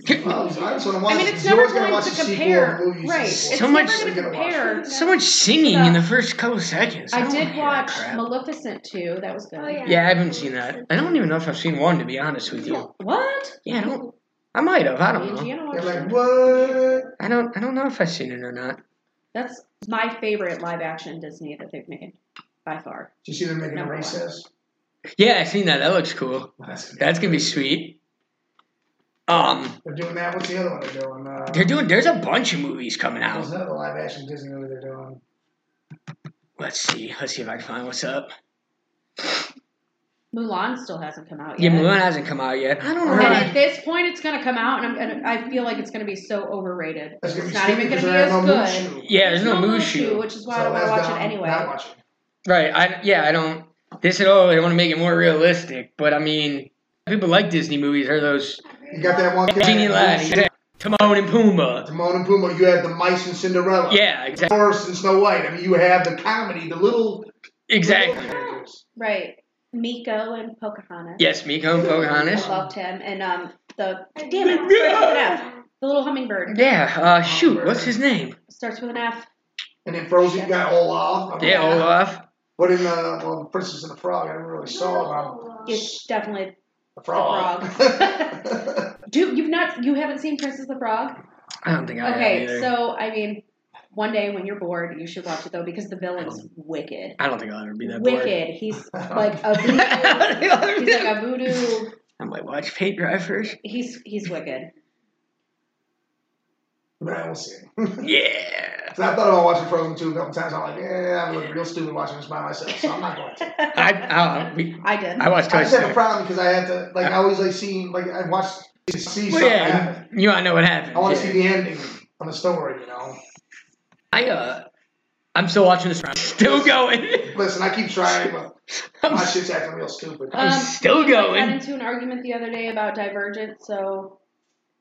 Well, I just want to watch. I mean, it's you're never always gonna going watch to a sequel of compare. a movie you Right. see It's So before. much- never going to You're gonna watch compare. it. So much singing in the first couple seconds. I don't did wanna hear that watch crap. Maleficent 2. That was good. Oh, yeah. Yeah, I haven't seen that. I don't even know if I've seen one, to be honest with you. What? Yeah, I don't. I might have. I Me don't and know. Gianna watched You're like, what? it. I don't. I don't know if I've seen it or not. That's my favorite live action Disney that they've made by far. Did you see them making a Number one. recess? Yeah, I seen that. That looks cool. That's good. That's gonna be sweet. Um, They're doing that. What's the other one they're doing? Uh, they're doing. There's a bunch of movies coming There's out. another live action Disney movie they're doing. Let's see. Let's see if I can find what's up. Mulan still hasn't come out Yeah, yet. Mulan hasn't come out yet. I don't know. All And right. at this point, it's going to come out, and I'm, and I feel like it's going to be so overrated. That's gonna It's be not even stupid going to because be I have as no good. mood shoe. Yeah, there's no Moon Mushu. Shoe, which is why I So don't want that's to watch dumb. it Not anyway. watching. Right. I yeah. I don't. They said, oh, they want to make it more realistic, but I mean, people like Disney movies. Are those You got that one. Genie and Aladdin, you got Timon and Pumbaa? Timon and Pumbaa. You had the mice and Cinderella. Yeah, exactly. Forrest and Snow White. I mean, you have the comedy, the little Exactly. the little characters. Right. Miko and Pocahontas. Yes, Miko and Pocahontas. I loved him. And um, the I damn it, did. starts with an F. The little hummingbird Yeah. Uh, shoot, what's his name? starts with an F. And then Frozen, you got Olaf. I mean, Yeah, Olaf. What in the well, Princess and the Frog? I never really saw it. I'm- It's definitely the frog. dude. You've not you haven't seen Princess the Frog. I don't think I have Okay, either. so I mean, one day when you're bored, you should watch it though because the villain's wicked. I don't think I'll ever be that bored. Wicked. He's like a voodoo. He's like a voodoo. I might watch Paint Dry first. He's he's wicked. but I will see. it. Yeah. So I thought about watching Frozen 2 a couple times. I'm like, yeah, I'm looking real stupid watching this by myself, so I'm not going to. I I, we, I did. I watched Toy I just have Story. a problem because I have to, like, I always like seeing, like, I watch, see Well, something yeah, happen. you want to know what happened. I want yeah. to see the ending on the story, you know. I uh, I'm still watching this round. Still going. Listen, I keep trying, but I'm my shit's acting real stupid. I'm Um, still me and Mike going. got into an argument the other day about Divergent, so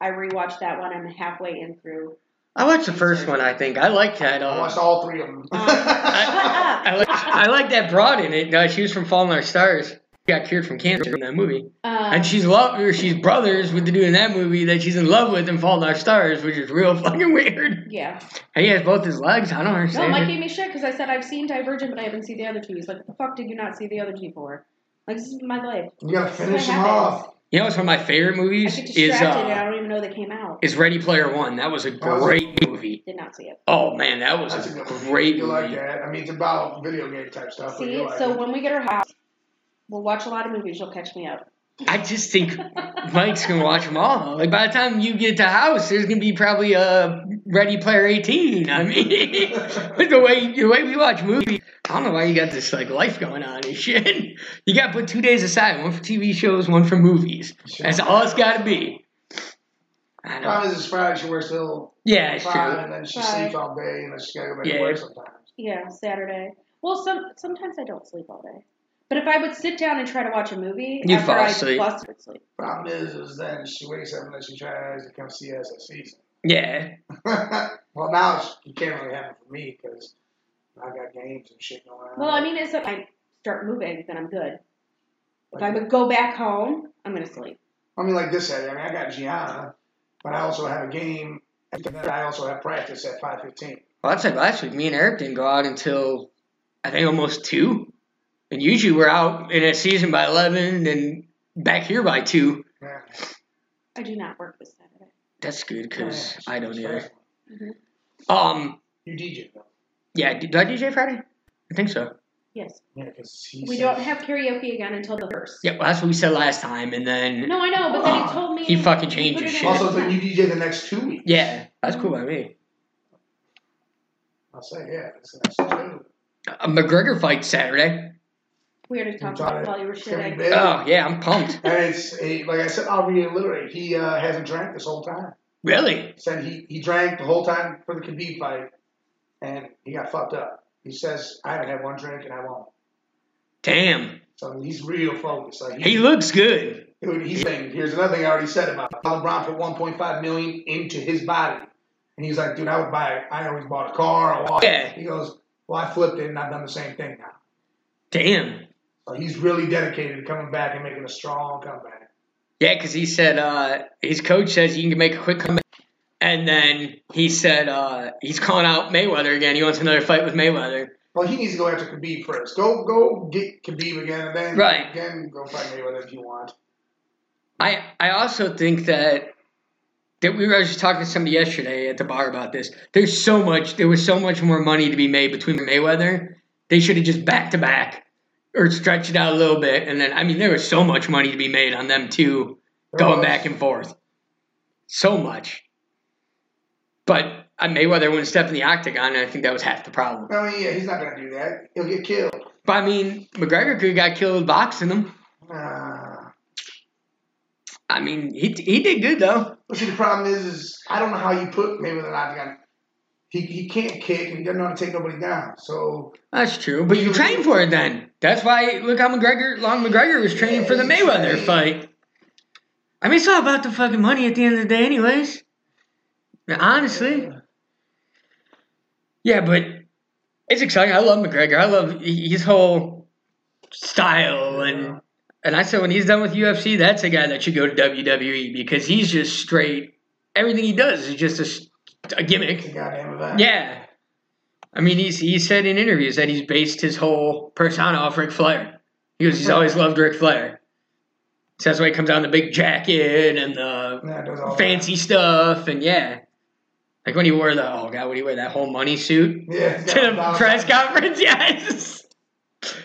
I rewatched that one. I'm halfway in through. I watched the first one. I think I liked that. I Uh, watched all three of them. I, I, like, I like that broad in it. Uh, she was from Falling Our Stars. She got cured from cancer in that movie, Um, and she's love or she's brothers with the dude in that movie that she's in love with in Falling Our Stars, which is real fucking weird. yeah. And he has both his legs. I don't No, understand. Mike it. gave me shit because I said I've seen Divergent, but I haven't seen the other two. He's like, "What the fuck did you not see the other two for?" Like, this is my life. you gotta This is finish what them happens. off. You know, it's one of my favorite I movies. get Is distracted, and I uh, don't even know they came out. is Ready Player One? That was a was- great movie. Did not see it. Oh man, that was That's a a good one. great You like movie. that? I mean, it's about video game type stuff. but See, you like so it. when we get her house, we'll watch a lot of movies. You'll catch me up. I just think Mike's gonna watch them all. Like by the time you get to house, there's gonna be probably a Ready Player 18. I mean, with the way the way we watch movies, I don't know why you got this like life going on and shit. You got to put two days aside, one for TV shows, one for movies. That's all it's got to be. I know. Problem is, it's Friday. She works till Yeah, it's five, true. and then she Five. sleeps all day, and then she gotta go back Yeah. to work sometimes. Yeah, Saturday. Well, some sometimes I don't sleep all day. But if I would sit down and try to watch a movie, You'd after fall I asleep. bust, I would sleep. Problem is, is then she wakes up and then she tries to come see us at season. Yeah, well, now she- you can't really have it for me because I got games and shit going on. Well, I mean, it's if I start moving, then I'm good. If I would go back home, I'm gonna sleep. I mean, like this Saturday, I mean, I got Gianna, but I also have a game, and then I also have practice at five fifteen. Well, that's like last week. Me and Eric didn't go out until I think almost two, and usually we're out in a season by eleven and back here by two. Yeah. I do not work this Saturday. That's good because I don't either. Mhm. Um, You DJ though, yeah, did I DJ Friday? I think so. Yes, yeah, because he. we said- don't have karaoke again until the first. Yeah, well, that's what we said last time, and then No, I know, but then he told me He fucking put changed it his in shit. Also, the- then you DJ the next two weeks. yeah, that's cool by me. I'll say yeah, it's the next two. A McGregor fight Saturday. We already talked Got about it. it while you were It's gonna be shitting. big. Oh yeah, I'm pumped. And it's it, like I said, I'll reiterate. He uh, hasn't drank this whole time. Really? Said he, he drank the whole time for the Khabib fight, and he got fucked up. He says I haven't had one drink and I won't. Damn. So he's real focused. Like He looks good. Dude, he's saying, here's another thing I already said about it. LeBron put 1.5 million into his body, and he's like, dude, I would buy. I always bought a car. I walked. Yeah. He goes, well, I flipped it, and I've done the same thing now. Damn. So he's really dedicated to coming back and making a strong comeback. Yeah, because he said uh, his coach says you can make a quick comeback, and then he said uh, he's calling out Mayweather again. He wants another fight with Mayweather. Well, he needs to go after Khabib first. Go, go get Khabib again, and then Right. again go fight Mayweather if you want. I I also think that that we were just talking to somebody yesterday at the bar about this. There's so much. There was so much more money to be made between Mayweather. They should have just back to back or stretched it out a little bit, and then I mean there was so much money to be made on them two going back and forth. So much. But uh, Mayweather wouldn't step in the octagon, and I think that was half the problem. I mean, yeah, he's not gonna do that. He'll get killed. But I mean, McGregor could have got killed boxing him. Nah. I mean, he he did good though. But see, the problem is, is I don't know how you put Mayweather octagon. He he can't kick, and he doesn't know how to take nobody down. So That's true, but you train for it then. That's why look how McGregor, Long McGregor was training for the Mayweather fight. I mean, it's all about the fucking money at the end of the day, anyways. Honestly, yeah, but it's exciting. I love McGregor. I love h- his whole style and and I said when he's done with UFC, that's a guy that should go to WWE because he's just straight. Everything he does is just a s a a gimmick. it's a goddamn event. Yeah. I mean, he's, he said in interviews that he's based his whole persona off Ric Flair. He goes, he's always loved Ric Flair. So that's why he comes out in the big jacket and the Yeah, it does all that. fancy stuff. And yeah. Like when he wore the, oh God, when he wore that whole money suit Yeah, to the press conference. Yes.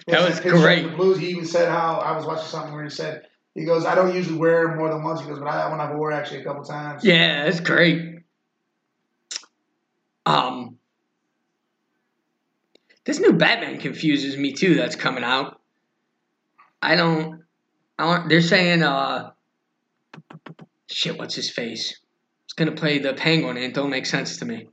That was The great. Blues. He even said how I was watching something where he said he goes, "I don't usually wear it more than once." He goes, "But I, that one I've wore actually a couple times." Yeah, that's great. Um, this new Batman confuses me too. That's coming out. I don't. I don't. They're saying, uh, shit. What's his face? It's gonna play the Penguin, and it don't make sense to me.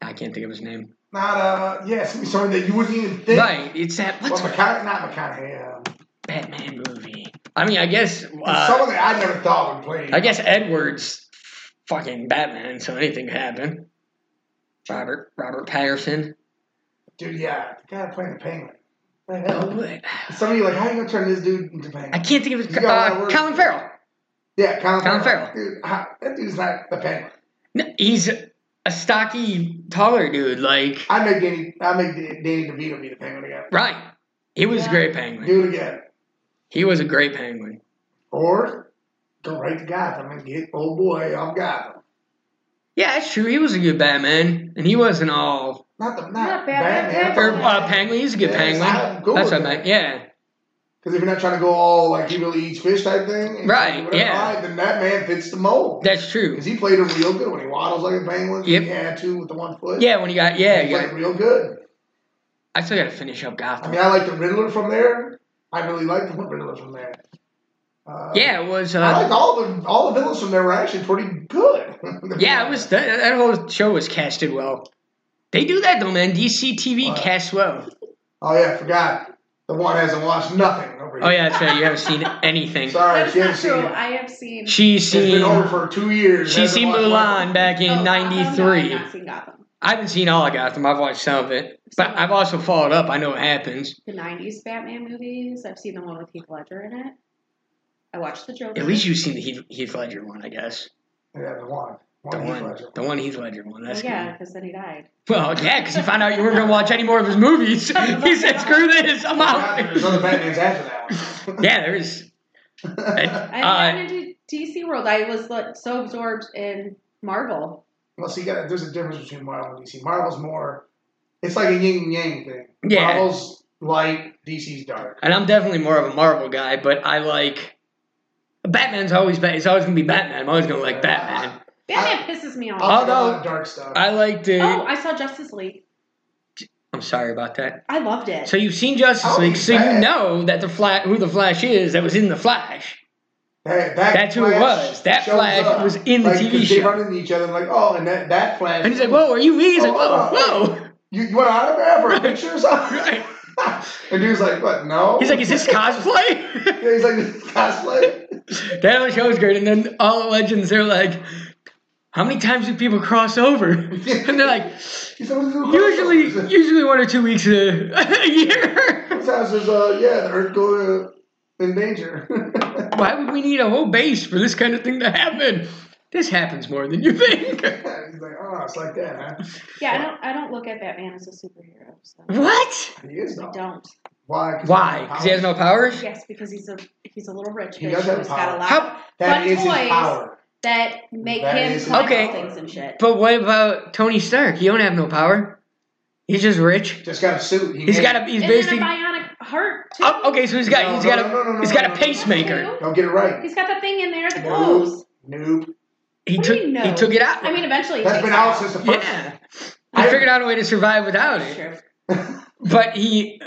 I can't think of his name. Not uh, yeah, something something that you wouldn't even think. right. It's that. Well, What's a McConaughey, not McConaughey. Um, Batman movie? I mean, I guess. Uh, someone that I never thought would play. I guess Edwards, fucking Batman, so anything could happen. Robert Robert Patterson. dude, yeah, the guy playing the penguin. What the hell? Oh, Some of you are like, how you gonna turn this dude into penguin? I can't think of his. You got a lot of Uh, words. Colin Farrell. yeah, Colin, Colin Dude, how, that dude's not the penguin. No, he's a stocky, taller dude. Like I make Danny, I make Danny DeVito be the penguin again. right, he was a Yeah. great penguin. Do it again. He was a great penguin. Or go right to Gotham and get old oh boy off Gotham. Yeah, that's true. He was a good Batman, and he wasn't all Not the not, Not Batman, Batman. or uh, penguin. He's a good Yeah, I'm penguin. good that's with what I meant. that. Yeah, Because if you're not trying to go all like he really eats fish type thing, and Right, whatever, yeah. all right, then that man fits the mold. that's true. Because he played him real good when he waddles like a penguin. Yep. He had to with the one foot. Yeah, when he got yeah, he yeah. played real good. I still got to finish up I Gotham. mean, I like the Riddler from there. I really like the Riddler from there. Uh, Yeah, it was. I liked Uh, all the all the villains from there were actually pretty good. yeah, it was. That, that whole show was casted well. They do that though, man. DC TV What? casts well. Oh yeah, I forgot. The one hasn't watched nothing over Oh here. yeah, that's right. You haven't seen anything. Sorry, That's she not hasn't seen true. it. I have seen. She's It's been over seen for two years. she's Hasn't seen watched Mulan one. back in Oh, Gotham? No, I've '93. not seen Gotham. I haven't seen all of Gotham. I've watched some of it, but I've also followed up. I know what happens. The '90s Batman movies. I've seen the one with Heath Ledger in it. I watched the Joker. At least you've seen the Heath, Heath Ledger one, I guess. Yeah, the one. The Heath one, Ledger. the one Heath Ledger one. Well, That's Oh, yeah, good. because then he died. Well, yeah, because he found out you weren't gonna watch any more of his movies. He said, "Screw this, I'm Yeah, There's out." other Batman's after that. Yeah, there is. one. I Uh, got into DC World. I was like so absorbed in Marvel. well, see, you gotta- there's a difference between Marvel and DC. Marvel's more, it's like a yin and yang thing. Yeah. Marvel's light, DC's dark. And I'm definitely more of a Marvel guy, but I like Batman's always. Ba- it's always gonna be Batman. I'm always gonna like Batman. Uh, Batman pisses me off. I'll take a Although- lot of dark stuff. I like the. Oh, I saw Justice League. I'm sorry about that. I loved it. So you've seen Justice Oh, League, so you bad. know that the Flash, who the Flash is, that was in the Flash. That, that That's who it Flash was. That shows Flash up. was in the Like, TV 'cause They show. run into each other like, oh, and that, that Flash. And he's like, "Whoa, are you me?" He's like, Oh, "Whoa, oh, whoa." You, you want an autograph or a picture or something? Right. and dude's like, what? No. He's like, "Is this cosplay?" Yeah, he's like, this is cosplay. that whole show was great. And then all the legends, they're like, "How many times do people cross over?" and they're like, He said, "What is it?" "Usually, usually one or two weeks a, a year." Sometimes there's, uh, yeah, the Earth going uh, in danger. Why would we need a whole base for this kind of thing to happen? This happens more than you think. he's like, oh, it's like that, huh? yeah, I don't. I don't look at Batman as a superhero. So What? He is though. I don't. Why? Why? Because he has no powers. Yes, because he's a he's a little rich He bitch does have who's got a power. lot How? That Fun is his toys. power. that make That him is- collect Okay. things and shit. But what about Tony Stark? He don't have no power. He's just rich. Just got a suit. He He's made- got a. He's and then basically. a bionic heart too. Oh, okay, so he's got. No, he's no, got a. no, no, no, he's no, got no. a pacemaker. Don't get it right. He's got the thing in there that glows. Nope. Nope. He What do took. you know? He took it out. I mean, eventually he That's takes been it out since the first. Yeah. I- He figured out a way to survive without That's it. true. But he. uh,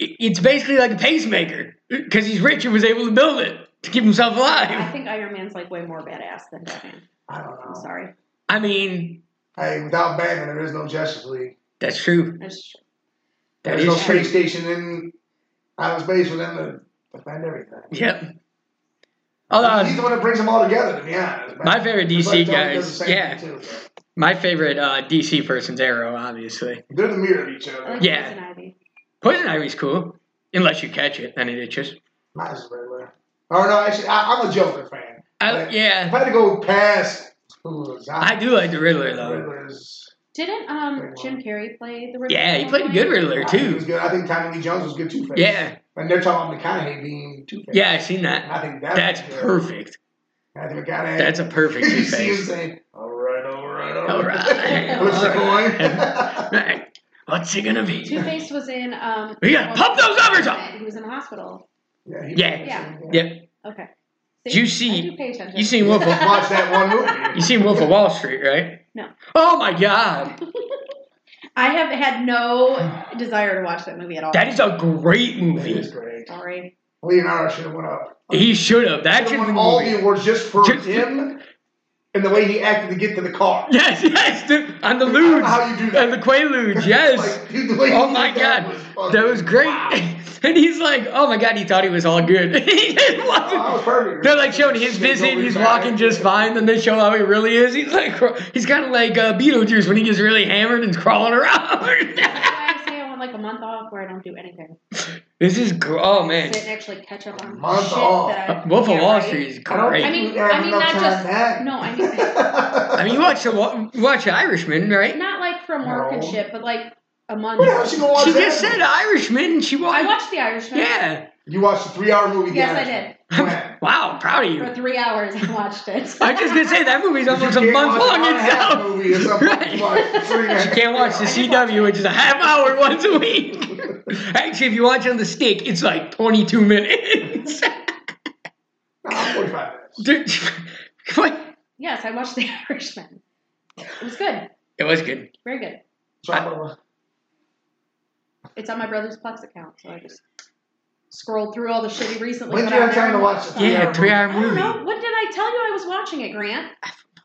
it- It's basically like a pacemaker because he's rich and was able to build it to keep himself I alive. think Iron Man's like way more badass than Batman. I don't know. I'm sorry. I mean, Hey, without Batman, there is no Justice League. that's true. That's true. That There's no is true. space station in outer space for them to defend everything. Yep. Although I was- He's the one that brings them all together, to be honest. My favorite But DC Tony does the guys, same yeah. thing, too, though. My favorite uh, DC person's Arrow, obviously. They're the mirror of each I other. like Yeah. Poison Ivy. Poison Ivy's cool, unless you catch it, then it itches. Might as well. Or no, actually, I, I'm a Joker fan. I, But If yeah, I had to go past, ooh, I do like the Riddler though. Riddler's. Didn't um Jim Carrey play the Riddler? Yeah, he played a good Riddler I think he was too. good. I think Tommy Lee Jones was good too. Yeah, And they're talking about McConaughey being two faced. yeah, I seen that. I think that That's was good. perfect. Matthew McConaughey. That's a perfect you two see him face. saying, "All right, all right, All right, What's the all coin? Right. What's it gonna Two be? Face was in um. We gotta pump those numbers up! He was in the hospital. yeah, he- Yeah. Yeah. Yep. Okay. Did you I see- do pay attention. You seen Wolf? Of, Watch that one movie. you seen Wolf of Wall Street, right? No. Oh my God, I have had no desire to watch that movie at all. that is a great It movie. is great. Sorry. Leonardo should have went up. He should have. That Should should have have won been all the movie. the awards just for Just- him and the way he acted to get to the car. Yes, yes, dude. on the I don't know how ludes, you do on that. the quaaludes. Yes, Like, dude, the way he Oh did my that God. fucking- that was great. And he's like, "Oh my god," he thought he was all good. He just Oh, that wasn't. was perfect. They're like showing his Shit, visit. nobody He's back. walking just fine. Then they show how he really is. He's like, he's kind of like uh, Beetlejuice when he gets really hammered and crawling around. That's why I say I want like a month off where I don't do anything. this is gr- oh man, Sit and actually catch up on Month shit off. that I. Uh, Wolf of yeah, Wall right? Street is I don't great. think I mean, mean- we have I mean, enough not time just- back. no, I mean- I you watch the wa- watch Irishman, right? Not like from work and No. shit, but like a What the hell month. she gonna watch She that? just said uh, Irishman. She I watched. watched The Irishman. Yeah. You watched a three-hour movie. Yes, The I Irishman. did. When? Wow, proud of For you. three hours, I watched it. I just gonna say that movie's almost a You can't month watch an long hour and a half itself. Movie or something. Right. You watch three and a You half can't watch the hours. CW, which is a half hour once a week. Actually, if you watch on the stick, it's like 22 minutes. Nah, 45 minutes. Dude, what? Yes, I watched The Irishman. It was good. It was good. Very good. So I'm gonna- It's on my brother's Plex account, so I just scrolled through all the shit he recently. When put did you out have there time to and watch watched it? Yeah, three hour I don't movie. know. When did I tell you I was watching it, Grant?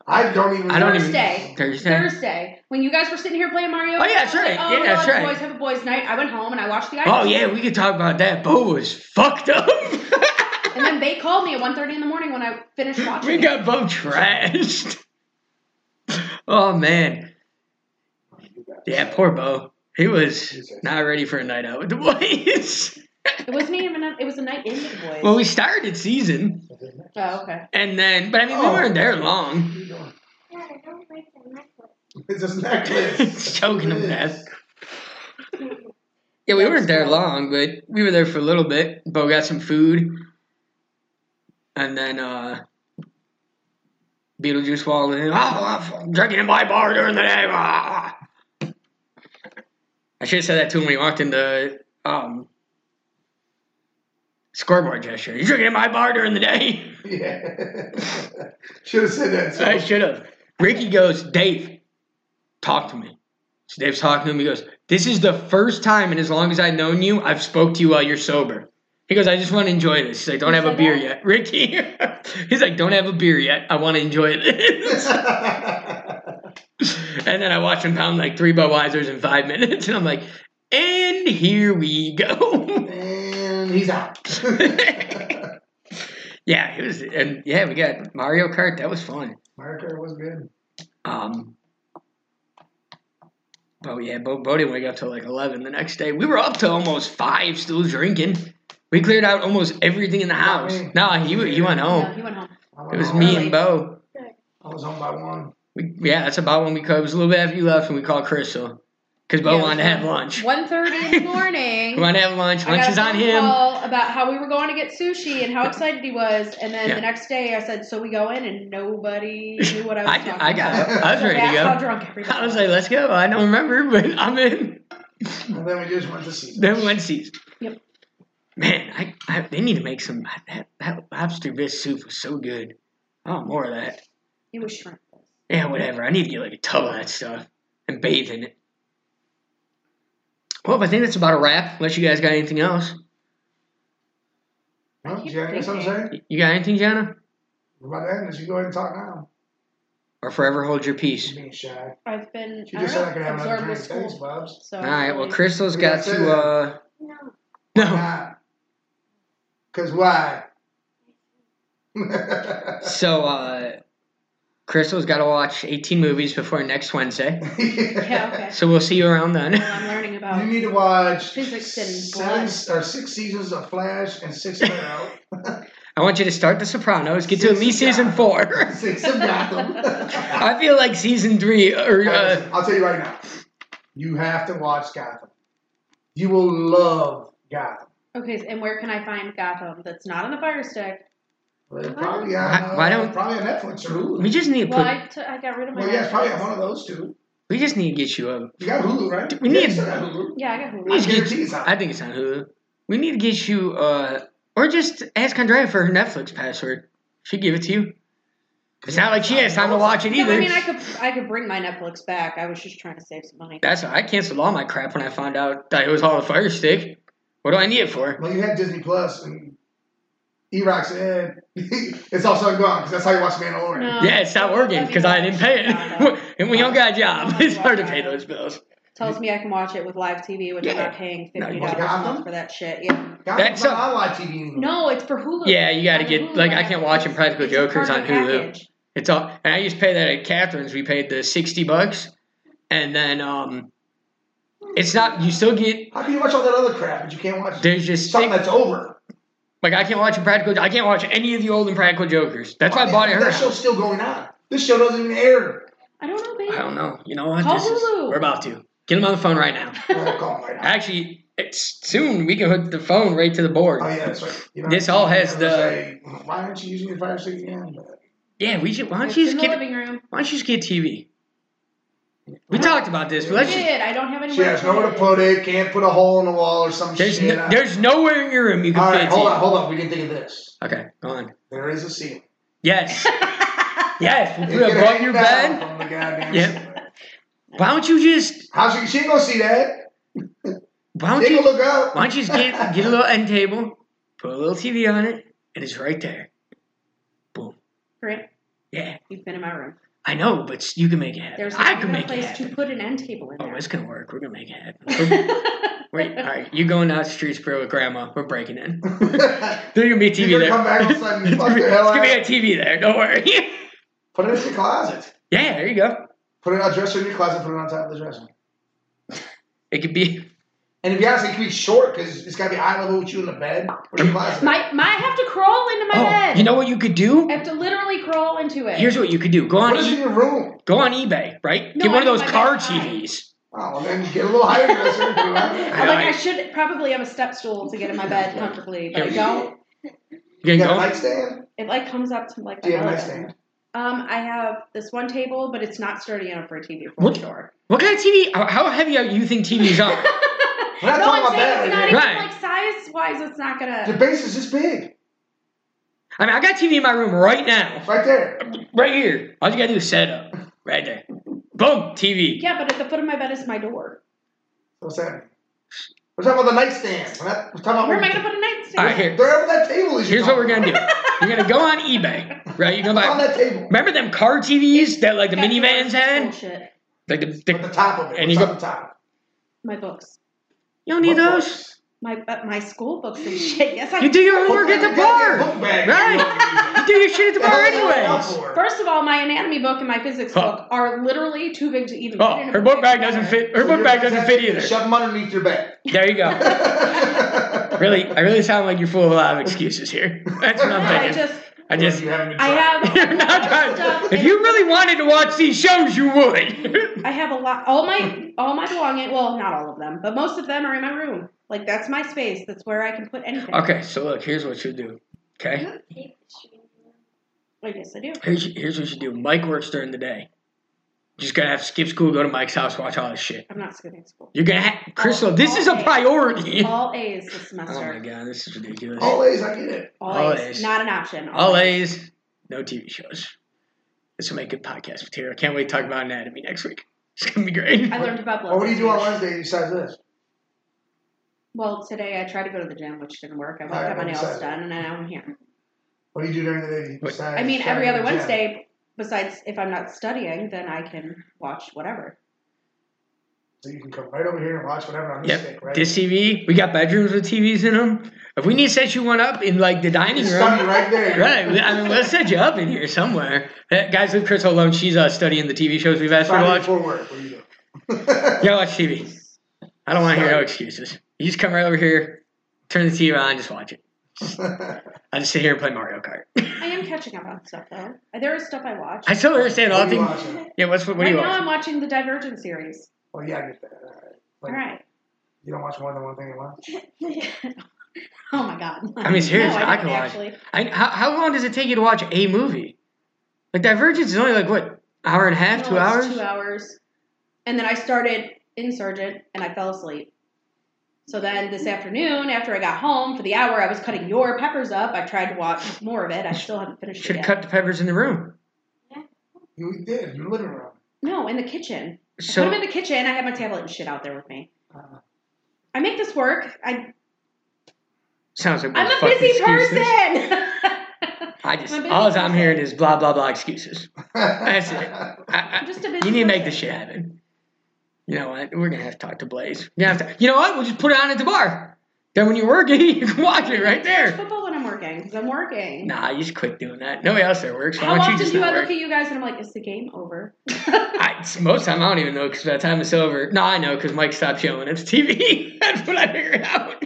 I don't even. I don't even. Thursday. Thursday. Thursday, when you guys were sitting here playing Mario. Oh, yeah, that's I was right. Like, oh, Yeah, my that's God, right. Boys have a boys' night. I went home and I watched The Irishman. Oh, yeah, we could talk about that. Bo was fucked up. And then they called me at 1.30 in the morning when I finished watching. we it. got Bo trashed. Oh, man. Yeah, poor Bo. He was not ready for a night out with the boys. It wasn't even. A, it was a night in with the boys. Well, we started season, oh, okay. and then, but I mean, we Oh. weren't there long. God, I don't like the necklace. It's his necklace. It's choking him to death. Yeah, we That's weren't there cool. long, but we were there for a little bit. Bo got some food, and then uh Beetlejuice walked in. Oh, I'm drinking in my bar during the day. Ah. I should have said that to him when he walked in the um, scoreboard gesture. You're drinking in my bar during the day. Yeah. Should have said that. I So. should have. Ricky goes, Dave, talk to me. So Dave's talking to him. He goes, This is the first time in as long as I've known you, I've spoke to you while you're sober. He goes, I just want to enjoy this. He's like, don't Who have a said beer that? yet. Ricky. He's like, don't have a beer yet. I want to enjoy this. and then I watch him pound like three Budweiser's in five minutes. And I'm like, and here we go. and he's out. yeah, it was, and yeah, we got Mario Kart. That was fun. Marker was good. Um, oh yeah, Bo, Bo didn't wake up till like eleven the next day. We were up to almost five, still drinking. We cleared out almost everything in the house. me. No, he he went No, home. he went home. I It went was home- me and Bo. I was home by one. We, yeah, that's about when we called. It was a little bit after you left when we called Crystal because Bo Yeah, it wanted to was have lunch. One thirty in the morning. We wanted to have lunch. I Lunch got a is on phone him. Call about how we were going to get sushi and how excited he was, and then Yeah. the next day I said, "So we go in," and nobody knew what I was I, talking I got. about. about. I was So ready that's how to drunk everybody. go. I was like, let's go. I don't remember, but I'm in. And then we just went to see. Then one season. Yep. Man, I, I they need to make some that that lobster bisque soup was so good. I want more of that. he was shrimp. Yeah, whatever. I need to get like a tub of that stuff and bathe in it. Well, I think that's about a wrap. Unless you guys got anything else. Huh? Do you got anything to say? You got anything, Jenna? We're about to end this. You go ahead and talk now. Or forever hold your peace. You're being shy. I've been She I just don't said I could know, have another absorbed drink. with school. Thanks, Bubs. So All right. Well, really- Crystal's got to. uh No. No. Nah. Cause why? yeah. So, uh, Crystal's got to watch 18 movies before next Wednesday. Yeah. Okay. So we'll see you around then. Well, I'm You learning about. need to watch Physics and seven or six seasons of Flash and six Arrow, I want you to start The Sopranos. Get to at least season four. six of Gotham. I feel like season three or uh, I'll tell you right now, you have to watch Gotham. You will love Gotham. Okay, and where can I find Gotham? That's not on the Fire Stick. Well, Probably on, Why- uh, why don't- probably on Netflix or Hulu. we just need to put Well, I, t- I got rid of my. Well, yeah, it's probably on Netflix. one of those two. we just need to get you a You got Hulu, right? We Yeah, need- you still got Hulu. Yeah, I got we Hulu. just get guarantee it's on. I think it's on Hulu. We need to get you uh or just ask Andrea for her Netflix password. She'd give it to you. It's not like she has time to watch it No, either. I mean, I could I could bring my Netflix back. I was just trying to save some money. That's I canceled all my crap when I found out that it was all the fire stick. What do I need it for? Well, you had Disney Plus and E-Rock said it's also gone because that's how you watch Mandalorian. No. Yeah, it's not working because I didn't pay it, and we don't got a job. It's hard to pay those bills. tells me I can watch it with live TV, which I'm Yeah. not paying No, fifty you want dollars a month Gotham? for that shit. Yeah. Gotham's That's a- not on live TV anymore. No, it's for Hulu. Yeah, you got to On get Hulu, like I I have can't to- watch Impractical it's a Jokers part on of the Hulu. package. It's all, and I used to pay that at Catherine's. We paid the sixty bucks, and then um, it's not. You still get How can you watch all that other crap but you can't watch there's just something thing, that's over? like I can't watch Impractical. I can't watch any of the old Impractical Jokers. That's why I bought it. Her. That show's still going on. This show doesn't even air. I don't know, babe. I don't know. You know what? Call This is, Hulu. we're about to get him on the phone right now. Well, I'll call 'em right now. Actually, it's soon. We can hook the phone right to the board. Oh yeah, that's right. You know, This all has I was the- Say, why aren't you using your fire stick again? But yeah, we should. Why don't It's you in just the get? living room. Why don't you just get TV? We talked about this. But I let's just did. I don't have any. She has nowhere to put it. Can't put a hole in the wall or some There's shit. no, there's nowhere in your room you can all fit right, a hold TV. on, hold on. We can think of this. Okay, go on. There is a ceiling. Yes. yes. we It's put it gonna above hang your down bed. From the goddamn Yep. ceiling. Why don't you just How she, she ain't gonna see that? why don't She you ain't gonna look up. why don't you just get get a little end table, put a little TV on it, and it's right there. Boom. Grant, Yeah. you've been in my room. I know, but you can make it happen. There's I not can even a make it place to happen. put an end table in Oh, there. it's gonna work. We're gonna make it happen. We're- Wait, all right, you going out to Streetsboro with Grandma? We're breaking in. There's gonna be a TV You're there. gonna come back all of a sudden, It's fuck gonna be- the hell it's gonna be out. a TV there. Don't worry. put it in your closet. yeah, there you go. Put it on a dresser in your closet. Put it on top of the dresser. It could be And to be honest, it can be short because it's gotta be eye level with you in the bed or your closet. my, my, I have to crawl into my Oh, bed. you know what you could do? I have to literally crawl into it. Here's what you could do. Go on, Put it in e- your room. go on eBay, right? No, Get one I of those need my car best time. TVs. Oh, and then get a little higher dresser. and put it on there. I'm like, I- I should probably have a step stool to get in my bed comfortably, but I Yeah. don't. You You can got a go. nightstand? It like comes up to like. Do you have a my nightstand? Um, I have this one table, but it's not sturdy enough for a TV for What? sure. What kind of TV? How how heavy are you think TVs are? We're not talking no, I'm about that saying right it's not here. even Right. like size wise. It's not Your gonna. base is this big. I mean, I got TV in my room right now, Right there. right here. All you gotta do is set up, right there. Boom, TV. Yeah, but at the foot of my bed is my door. What's that? We're talking about the nightstand. We're, not, we're talking about Where am I gonna put a nightstand? All right, here. Wherever that table is. Here's what we're gonna do. You're gonna go on eBay, right? You're gonna It's on buy. that table. Remember them car TVs that like the That's minivans had? Bullshit. Like the, the, At the top of it. And it's you on go- the top. My books. you don't need Book those. books. My uh, my school books and shit. Yes, I You do your homework Book at the bar, bag, Book bag. right? You do your shit at the That's bar what I'm out anyways. for. First of all, my anatomy book and my physics Huh. book are literally too big to even. fit Oh, in a her book bag together. doesn't fit. Her So book you're bag gonna doesn't take- fit either. Shove them underneath your back. There you go. Really, I really sound like you're full of a lot of excuses here. That's what No, I'm I thinking. just, I just, You haven't been I trying. have, you're not trying. If you really wanted to watch these shows, you would. I have a lot. All my, all my belongings. Well, not all of them, but most of them are in my room. Like that's my space. That's where I can put anything. Okay, so look, here's what you do. Okay, I guess Oh, I do. here's here's what you do. Mike works during the day. You're just gonna have to skip school, go to Mike's house, watch all this shit. I'm not skipping school. You're gonna, have, Crystal. This is a priority. Oh All A's this my semester. god, this is ridiculous. Always, I get it. All, All A's. A's. Not an option. All A's, no TV shows. This will make good podcast material. Can't wait to talk about anatomy next week. It's gonna be great. I learned about blood. Well, what do you do on pressure. Wednesday besides this? Well, today I tried to go to the gym, which didn't work. I Alright, got my I'm nails excited. done, and now I'm here. What do you do during the day Wait. besides? I mean, every trying to other jam? Wednesday, besides if I'm not studying, then I can watch whatever. So you can come right over here and watch whatever on this Yep. stick, right? This TV, we got bedrooms with TVs in them. If we need to set you one up in like the dining It's room, starting right there. right? I mean, let's set you up in here somewhere. That guys, leave Crystal alone. She's uh, studying the TV shows we've asked her to Friday watch. before work. What do you do? You gotta watch TV. I don't want to hear no excuses. You just come right over here, turn the TV on, just watch it. I just sit here and play Mario Kart. I am catching up on stuff though. There is stuff I watch. I still understand all What are you things. watching? Yeah, what's what, what right do you now, watch? I'm watching the Divergent series. Oh yeah, I get that. All right. All Like, right. You don't watch more than one thing at once. oh my god. I mean, seriously, no, I I, can don't watch. actually. I, how, how long does it take you to watch a movie? Like Divergence is only like what hour and a half, No, two it's hours. Two hours. And then I started Insurgent, and I fell asleep. So then this afternoon, after I got home for the hour, I was cutting your peppers up. I tried to watch more of it. I still haven't finished Should it have yet. cut the peppers in the room. You did. You living room. No, in the kitchen. I So put him in the kitchen. I have my tablet and shit out there with me. Uh, I make this work. I, sounds like I'm a fucking busy excuses. person. I just I'm a busy all I'm hearing person. is blah blah blah excuses. That's it. I'm I, just a I, busy. you need to make this person. shit happen. You know what? We're gonna have to talk to Blaze. We're gonna have to, you know what? We'll just put it on at the bar. Then when you're working, you can watch it right I there. Football when I'm working because I'm working. Nah, you just quit doing that. Nobody else there works. Why How don't you often just do I not look work? at you guys and I'm like, is the game over? I, it's- most time I don't even know because by the time it's over, no, I know because Mike stopped showing us TV. That's what I figured out.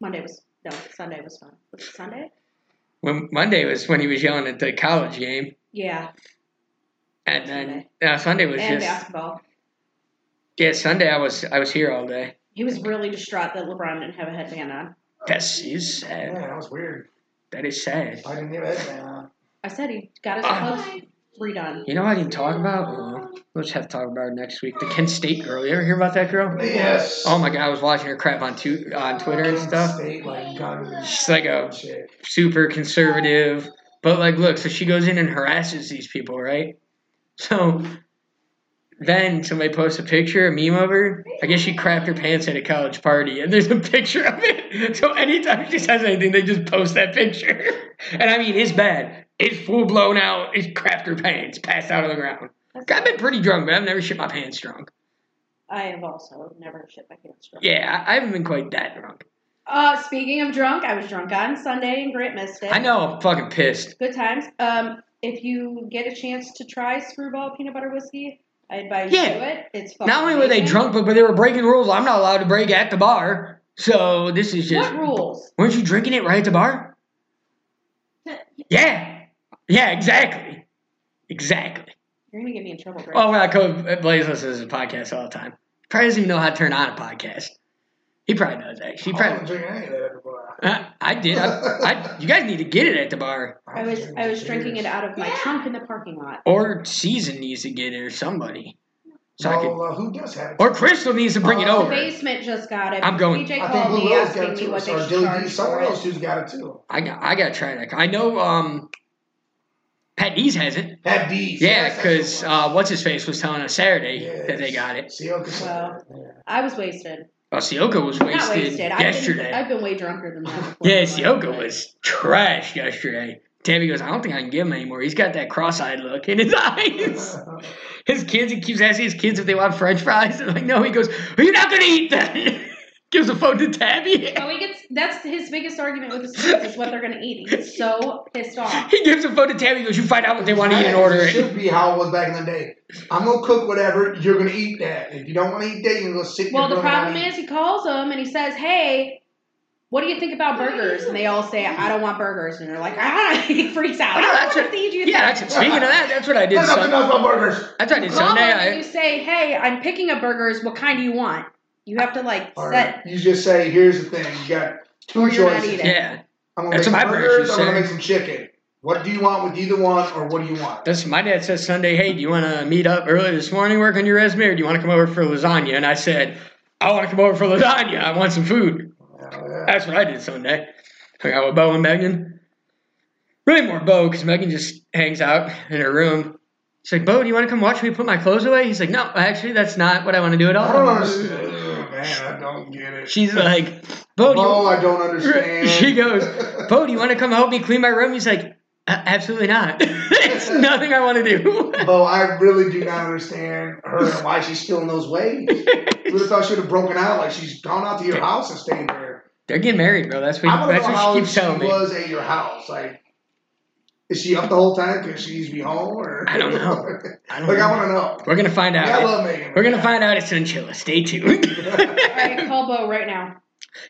Monday was no, Sunday was fun. Was it Sunday? When Monday was when he was yelling at the college game, Yeah, and then uh, Sunday was and just basketball. yeah. Sunday I was I was here all day. He was really distraught that LeBron didn't have a headband on. That's is sad. yeah, that was weird. That is sad. I didn't hear that. Man. I said he got his Ah. clothes redone. You know what I didn't talk about? Well, let's have to talk about her next week. The Kent State girl. You ever hear about that girl? Yes. Oh, Oh my god, I was watching her crap on tu- on Twitter and stuff. State, like, guns and She's like a shit. super conservative. But like, look, so she goes in and harasses these people, right? So then somebody posts a picture, a meme of her. I guess she crapped her pants at a college party, and there's a picture of it. So anytime she says anything, they just post that picture. And I mean, it's bad. It's full blown out. It's crapped her pants, passed out on the ground. I've been pretty drunk, but I've never shit my pants drunk. I have also never shit my pants. drunk. Yeah, I I haven't been quite that drunk. Uh, speaking of drunk, I was drunk on Sunday and Grant missed it. I know I'm fucking pissed. Good times. Um, if you get a chance to try Screwball Peanut Butter Whiskey, I advise Yeah. you do it. It's fucking Not only were they amazing. drunk, but, but they were breaking rules I'm not allowed to break at the bar. So this is just. What rules? Weren't you drinking it right at the bar? Yeah. Yeah, exactly. Exactly. You're gonna get me in trouble, Grant. Oh, well, Code Blaze listens to podcasts all the time. Probably doesn't even know how to turn on a podcast. He probably does, actually. He I wasn't probably, drinking any of that at the bar. Uh, I did. I, I, you guys need to get it at the bar. I was I was drinking it out of my Yeah. trunk in the parking lot. Or Season needs to get it, or somebody. So I could, Well, uh, who does have it? or Crystal needs to bring it Oh, The over. basement just got it. I'm going. BJ I think called me Blue Rose got asking it me too. what they Or should Dilly charge someone for else it. who's got it too. I got I gotta try that. I know um Pat Dees has it. Pat D's. Yeah, yes, that's because the one. uh, what's his face was telling us Saturday Yes. that they got it. Sioka said Well, that, yeah. I was wasted. Well, Sioka was wasted, Not wasted. I've yesterday. been, I've been way drunker than that. before. yeah, Sioka was trash yesterday. Tammy goes, I don't think I can give him anymore. He's got that cross-eyed look in his eyes. his kids, he keeps asking his kids if they want French fries. They're like, no. He goes, are you not going to eat that? Gives a phone to Tabby. Oh, he gets. That's his biggest argument with his kids is what they're gonna eat. He's so pissed off. He gives a phone to Tabby. He goes, you find out what they want to eat and order It it. should be how it was back in the day. I'm gonna cook whatever. You're gonna eat that. If you don't want to eat that, you're gonna sit. in Well, your the room and problem eat. is he calls them and he says, "Hey, what do you think about burgers?" And they all say, "I don't want burgers." And they're like, "Ah!" He freaks out. I Oh, no, don't that's want a- to feed you. Yeah, that's it. Speaking of that, that's what I did. There's nothing Sunday. else but burgers. That's what I did Call Sunday. them and I, you say, "Hey, I'm picking up burgers. What kind do you want?" You have to like Or set. you just say, "Here's the thing. You got two Or you're not choices. eating. yeah. I'm gonna That's make what some my burgers. breakfast I'm gonna said. make some chicken. What do you want with either one, or what do you want? That's my dad says Sunday. Hey, do you want to meet up early this morning, work on your resume, or do you want to come over for lasagna? And I said, I want to come over for lasagna. I want some food. Yeah, That's what I did Sunday. Hung out with Bo and Megan. Really more Bo because Megan just hangs out in her room. She's like, Bo, do you want to come watch me put my clothes away? He's like, No, actually, that's not what I want to do at all. I don't understand. Ugh, Man, I don't get it. She's like, Bo, do you, oh, I don't understand. She goes, Bo, do you want to come help me clean my room? He's like, "A- absolutely not. it's nothing I want to do. Bo, I really do not understand her and why she's still in those ways. You would have thought she would have broken out like she's gone out to your house and stayed there. They're getting married, bro. That's I what, want to that's know how what she keeps she telling me. was at your house. Like, is she up the whole time because she needs to be home? Or I don't know. I don't like, know. I want to know. We're going to find out. Yeah, I love Megan. We're going to find out at Chinchilla. Stay tuned. All right, call Bo right now.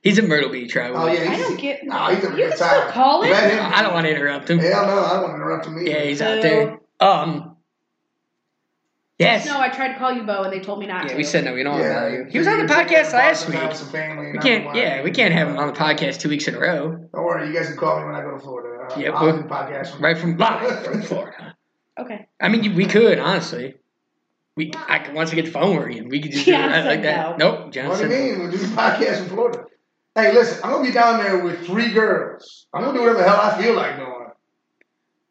He's in Myrtle Beach, right? Oh yeah, I he's, don't get. Nah, he's having a you good can still time. call Let it. him. I don't want to interrupt him. Hell no, I don't want to interrupt him either. Yeah, he's out Boo. there. Um. Yes. No, I tried to call you Bo, and they told me not Yeah, to. we said no. We don't Yeah. want you. He was on the podcast last Some week. family and We I can't. don't Yeah, mind. we can't have him on the podcast two weeks in a row. Don't worry, you guys can call me when I go to Florida. I'll, Yeah, I'll well- do podcasts from Right from live from Florida. Okay. I mean, we could honestly. We I could, once I get the phone working, we could just do it right Johnson, like that. Nope, What do Johnson. you mean? We'll do the podcast in Florida. Hey, listen, I'm gonna be down there with three girls. I'm gonna do whatever the hell I feel like doing.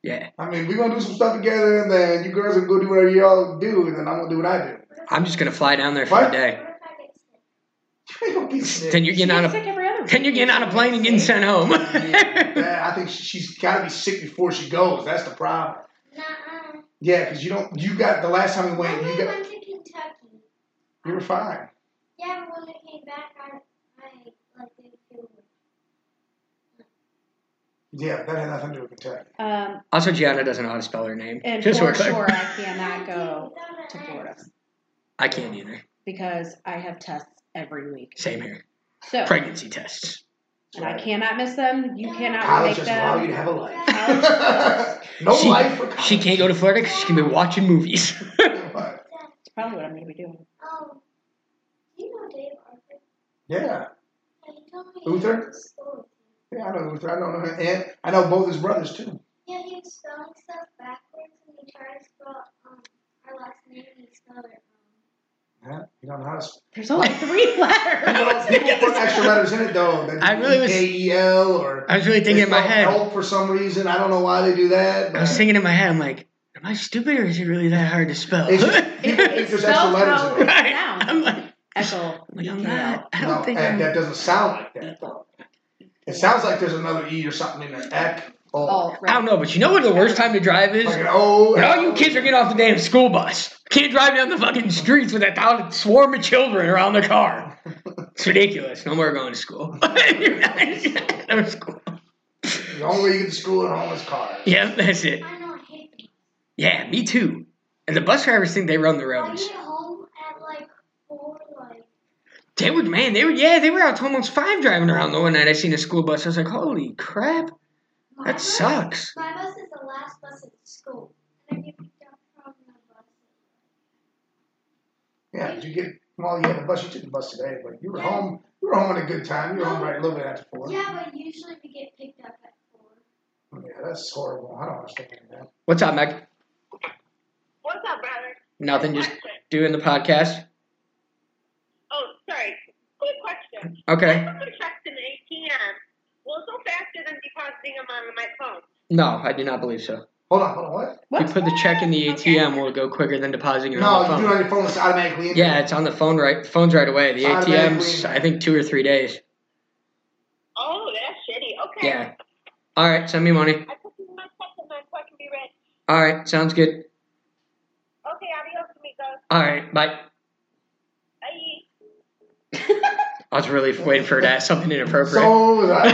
Yeah, I mean, we're gonna do some stuff together, and then you girls are gonna do whatever y'all do, and then I'm gonna do what I do. I'm just gonna fly down there for What? the day. What if I get sick? You ain't gonna be sick. Then you're She getting on gets a sick every other then you're week. getting on a plane and getting sent home. Yeah, I think she- she's gotta be sick before she goes. That's the problem. Nuh-uh. Yeah, because you don't. You got the last time we I went, you got went to Kentucky. you were fine. Yeah, but when I came back, I, I like didn't feel good. Yeah, that had nothing to do with Kentucky. Um, also, Gianna doesn't know how to spell her name. and just for work. sure, I cannot go to Florida I can't either. because I have tests every week. Same here. So, Pregnancy tests. and I cannot miss them. You cannot College make doesn't allow you them. to have a life. College no She- life for college. She can't go to Florida because she can be watching movies. It's probably what I'm going to be doing. Um, do you know Dave Arthur? Yeah. Yeah, he told me Luther? He went to school with Yeah, him. I know Luther. I don't know him. And I know both his brothers too. Yeah, he was spelling stuff backwards, and he tried to spell um our last name, and he spelled it wrong. Yeah, you don't know how to spell. There's only three letters. People put extra letters in it though. That I really was- K E L or I was really thinking in my they spell head. Help for some reason. I don't know why they do that. I was But thinking in my head. I'm like, am I stupid or is it really that hard to spell? It's- It- People think it's there's extra spelled letters how in it it. sounds. I'm like, Echo. Like, I'm Yeah. not. I no, don't think and I'm. that doesn't sound like that. It sounds like there's another E or something in there. Ek, O, Oh, I right. don't know, but you know what the worst time to drive is? like an O. When all you kids are getting off the damn school bus. Can't drive down the fucking streets with that thou- swarm of children around the car. It's ridiculous. No more going to school. You're not- you're not going to school. The only way you get to school at home is car. Yeah, that's it. I know I hate them. Yeah, me too. And the bus drivers think they run the I roads. get home at like four, like They were, man, they were, yeah, they were out till almost five driving around the one night. I seen a school bus. I was like, holy crap, my that bus- sucks. My bus is the last bus at school, and I get picked up from the bus. Yeah, did you get? Well, you had the bus. You took the bus today, but you were home. You were home at a good time. You were home right a little bit after four. Oh, Yeah, but usually we get picked up at four. Yeah, that's horrible. I don't understand that. What's up, Mac? What's up, brother? Nothing, just Question. doing the podcast. Oh, sorry. Quick question. Okay. I put some checks in the ATM. Will it go faster than depositing them on my phone? No, I do not believe so. Hold on, hold on, what? You What? put the check in the Okay. ATM, will it go quicker than depositing it No, on the you do it phone? on your phone. It's automatically in. Yeah, it's on the phone right phones right away. The It's automatically ATM's in. I think two or three days. Oh, that's shitty. Okay. Yeah. All right, send me money. I put you in my second line so I can be ready. All right, sounds good. Okay, adios, amigos. All right, bye. Bye. I was really waiting for her to ask something inappropriate. So was I.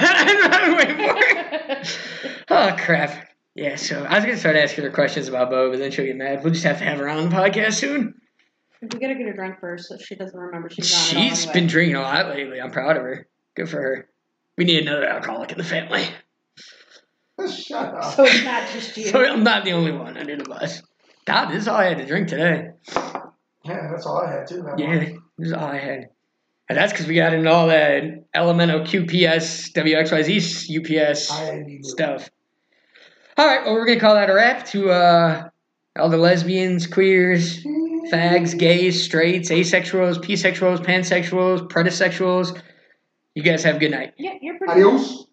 I'm waiting for it. Oh crap. Yeah, so I was gonna start asking her questions about Bo, but then she'll get mad. We'll just have to have her on the podcast soon. we gotta get her drunk first, so she doesn't remember she's on. it all She's anyway. been drinking a lot lately. I'm proud of her. Good for her. We need another alcoholic in the family. Shut up. So it's not just you. So I'm not the only one under the bus. God, this is all I had to drink today. yeah, that's all I had too. that Yeah, one. this is all I had. And that's because we got into all that Elemento QPS, WXYZ, UPS. I need to- stuff. All right, well, we're gonna call that a wrap to uh, all the lesbians, queers, fags, gays, straights, asexuals, p-sexuals, pansexuals, predisexuals. You guys have a good night. yeah, you're pretty. Adios.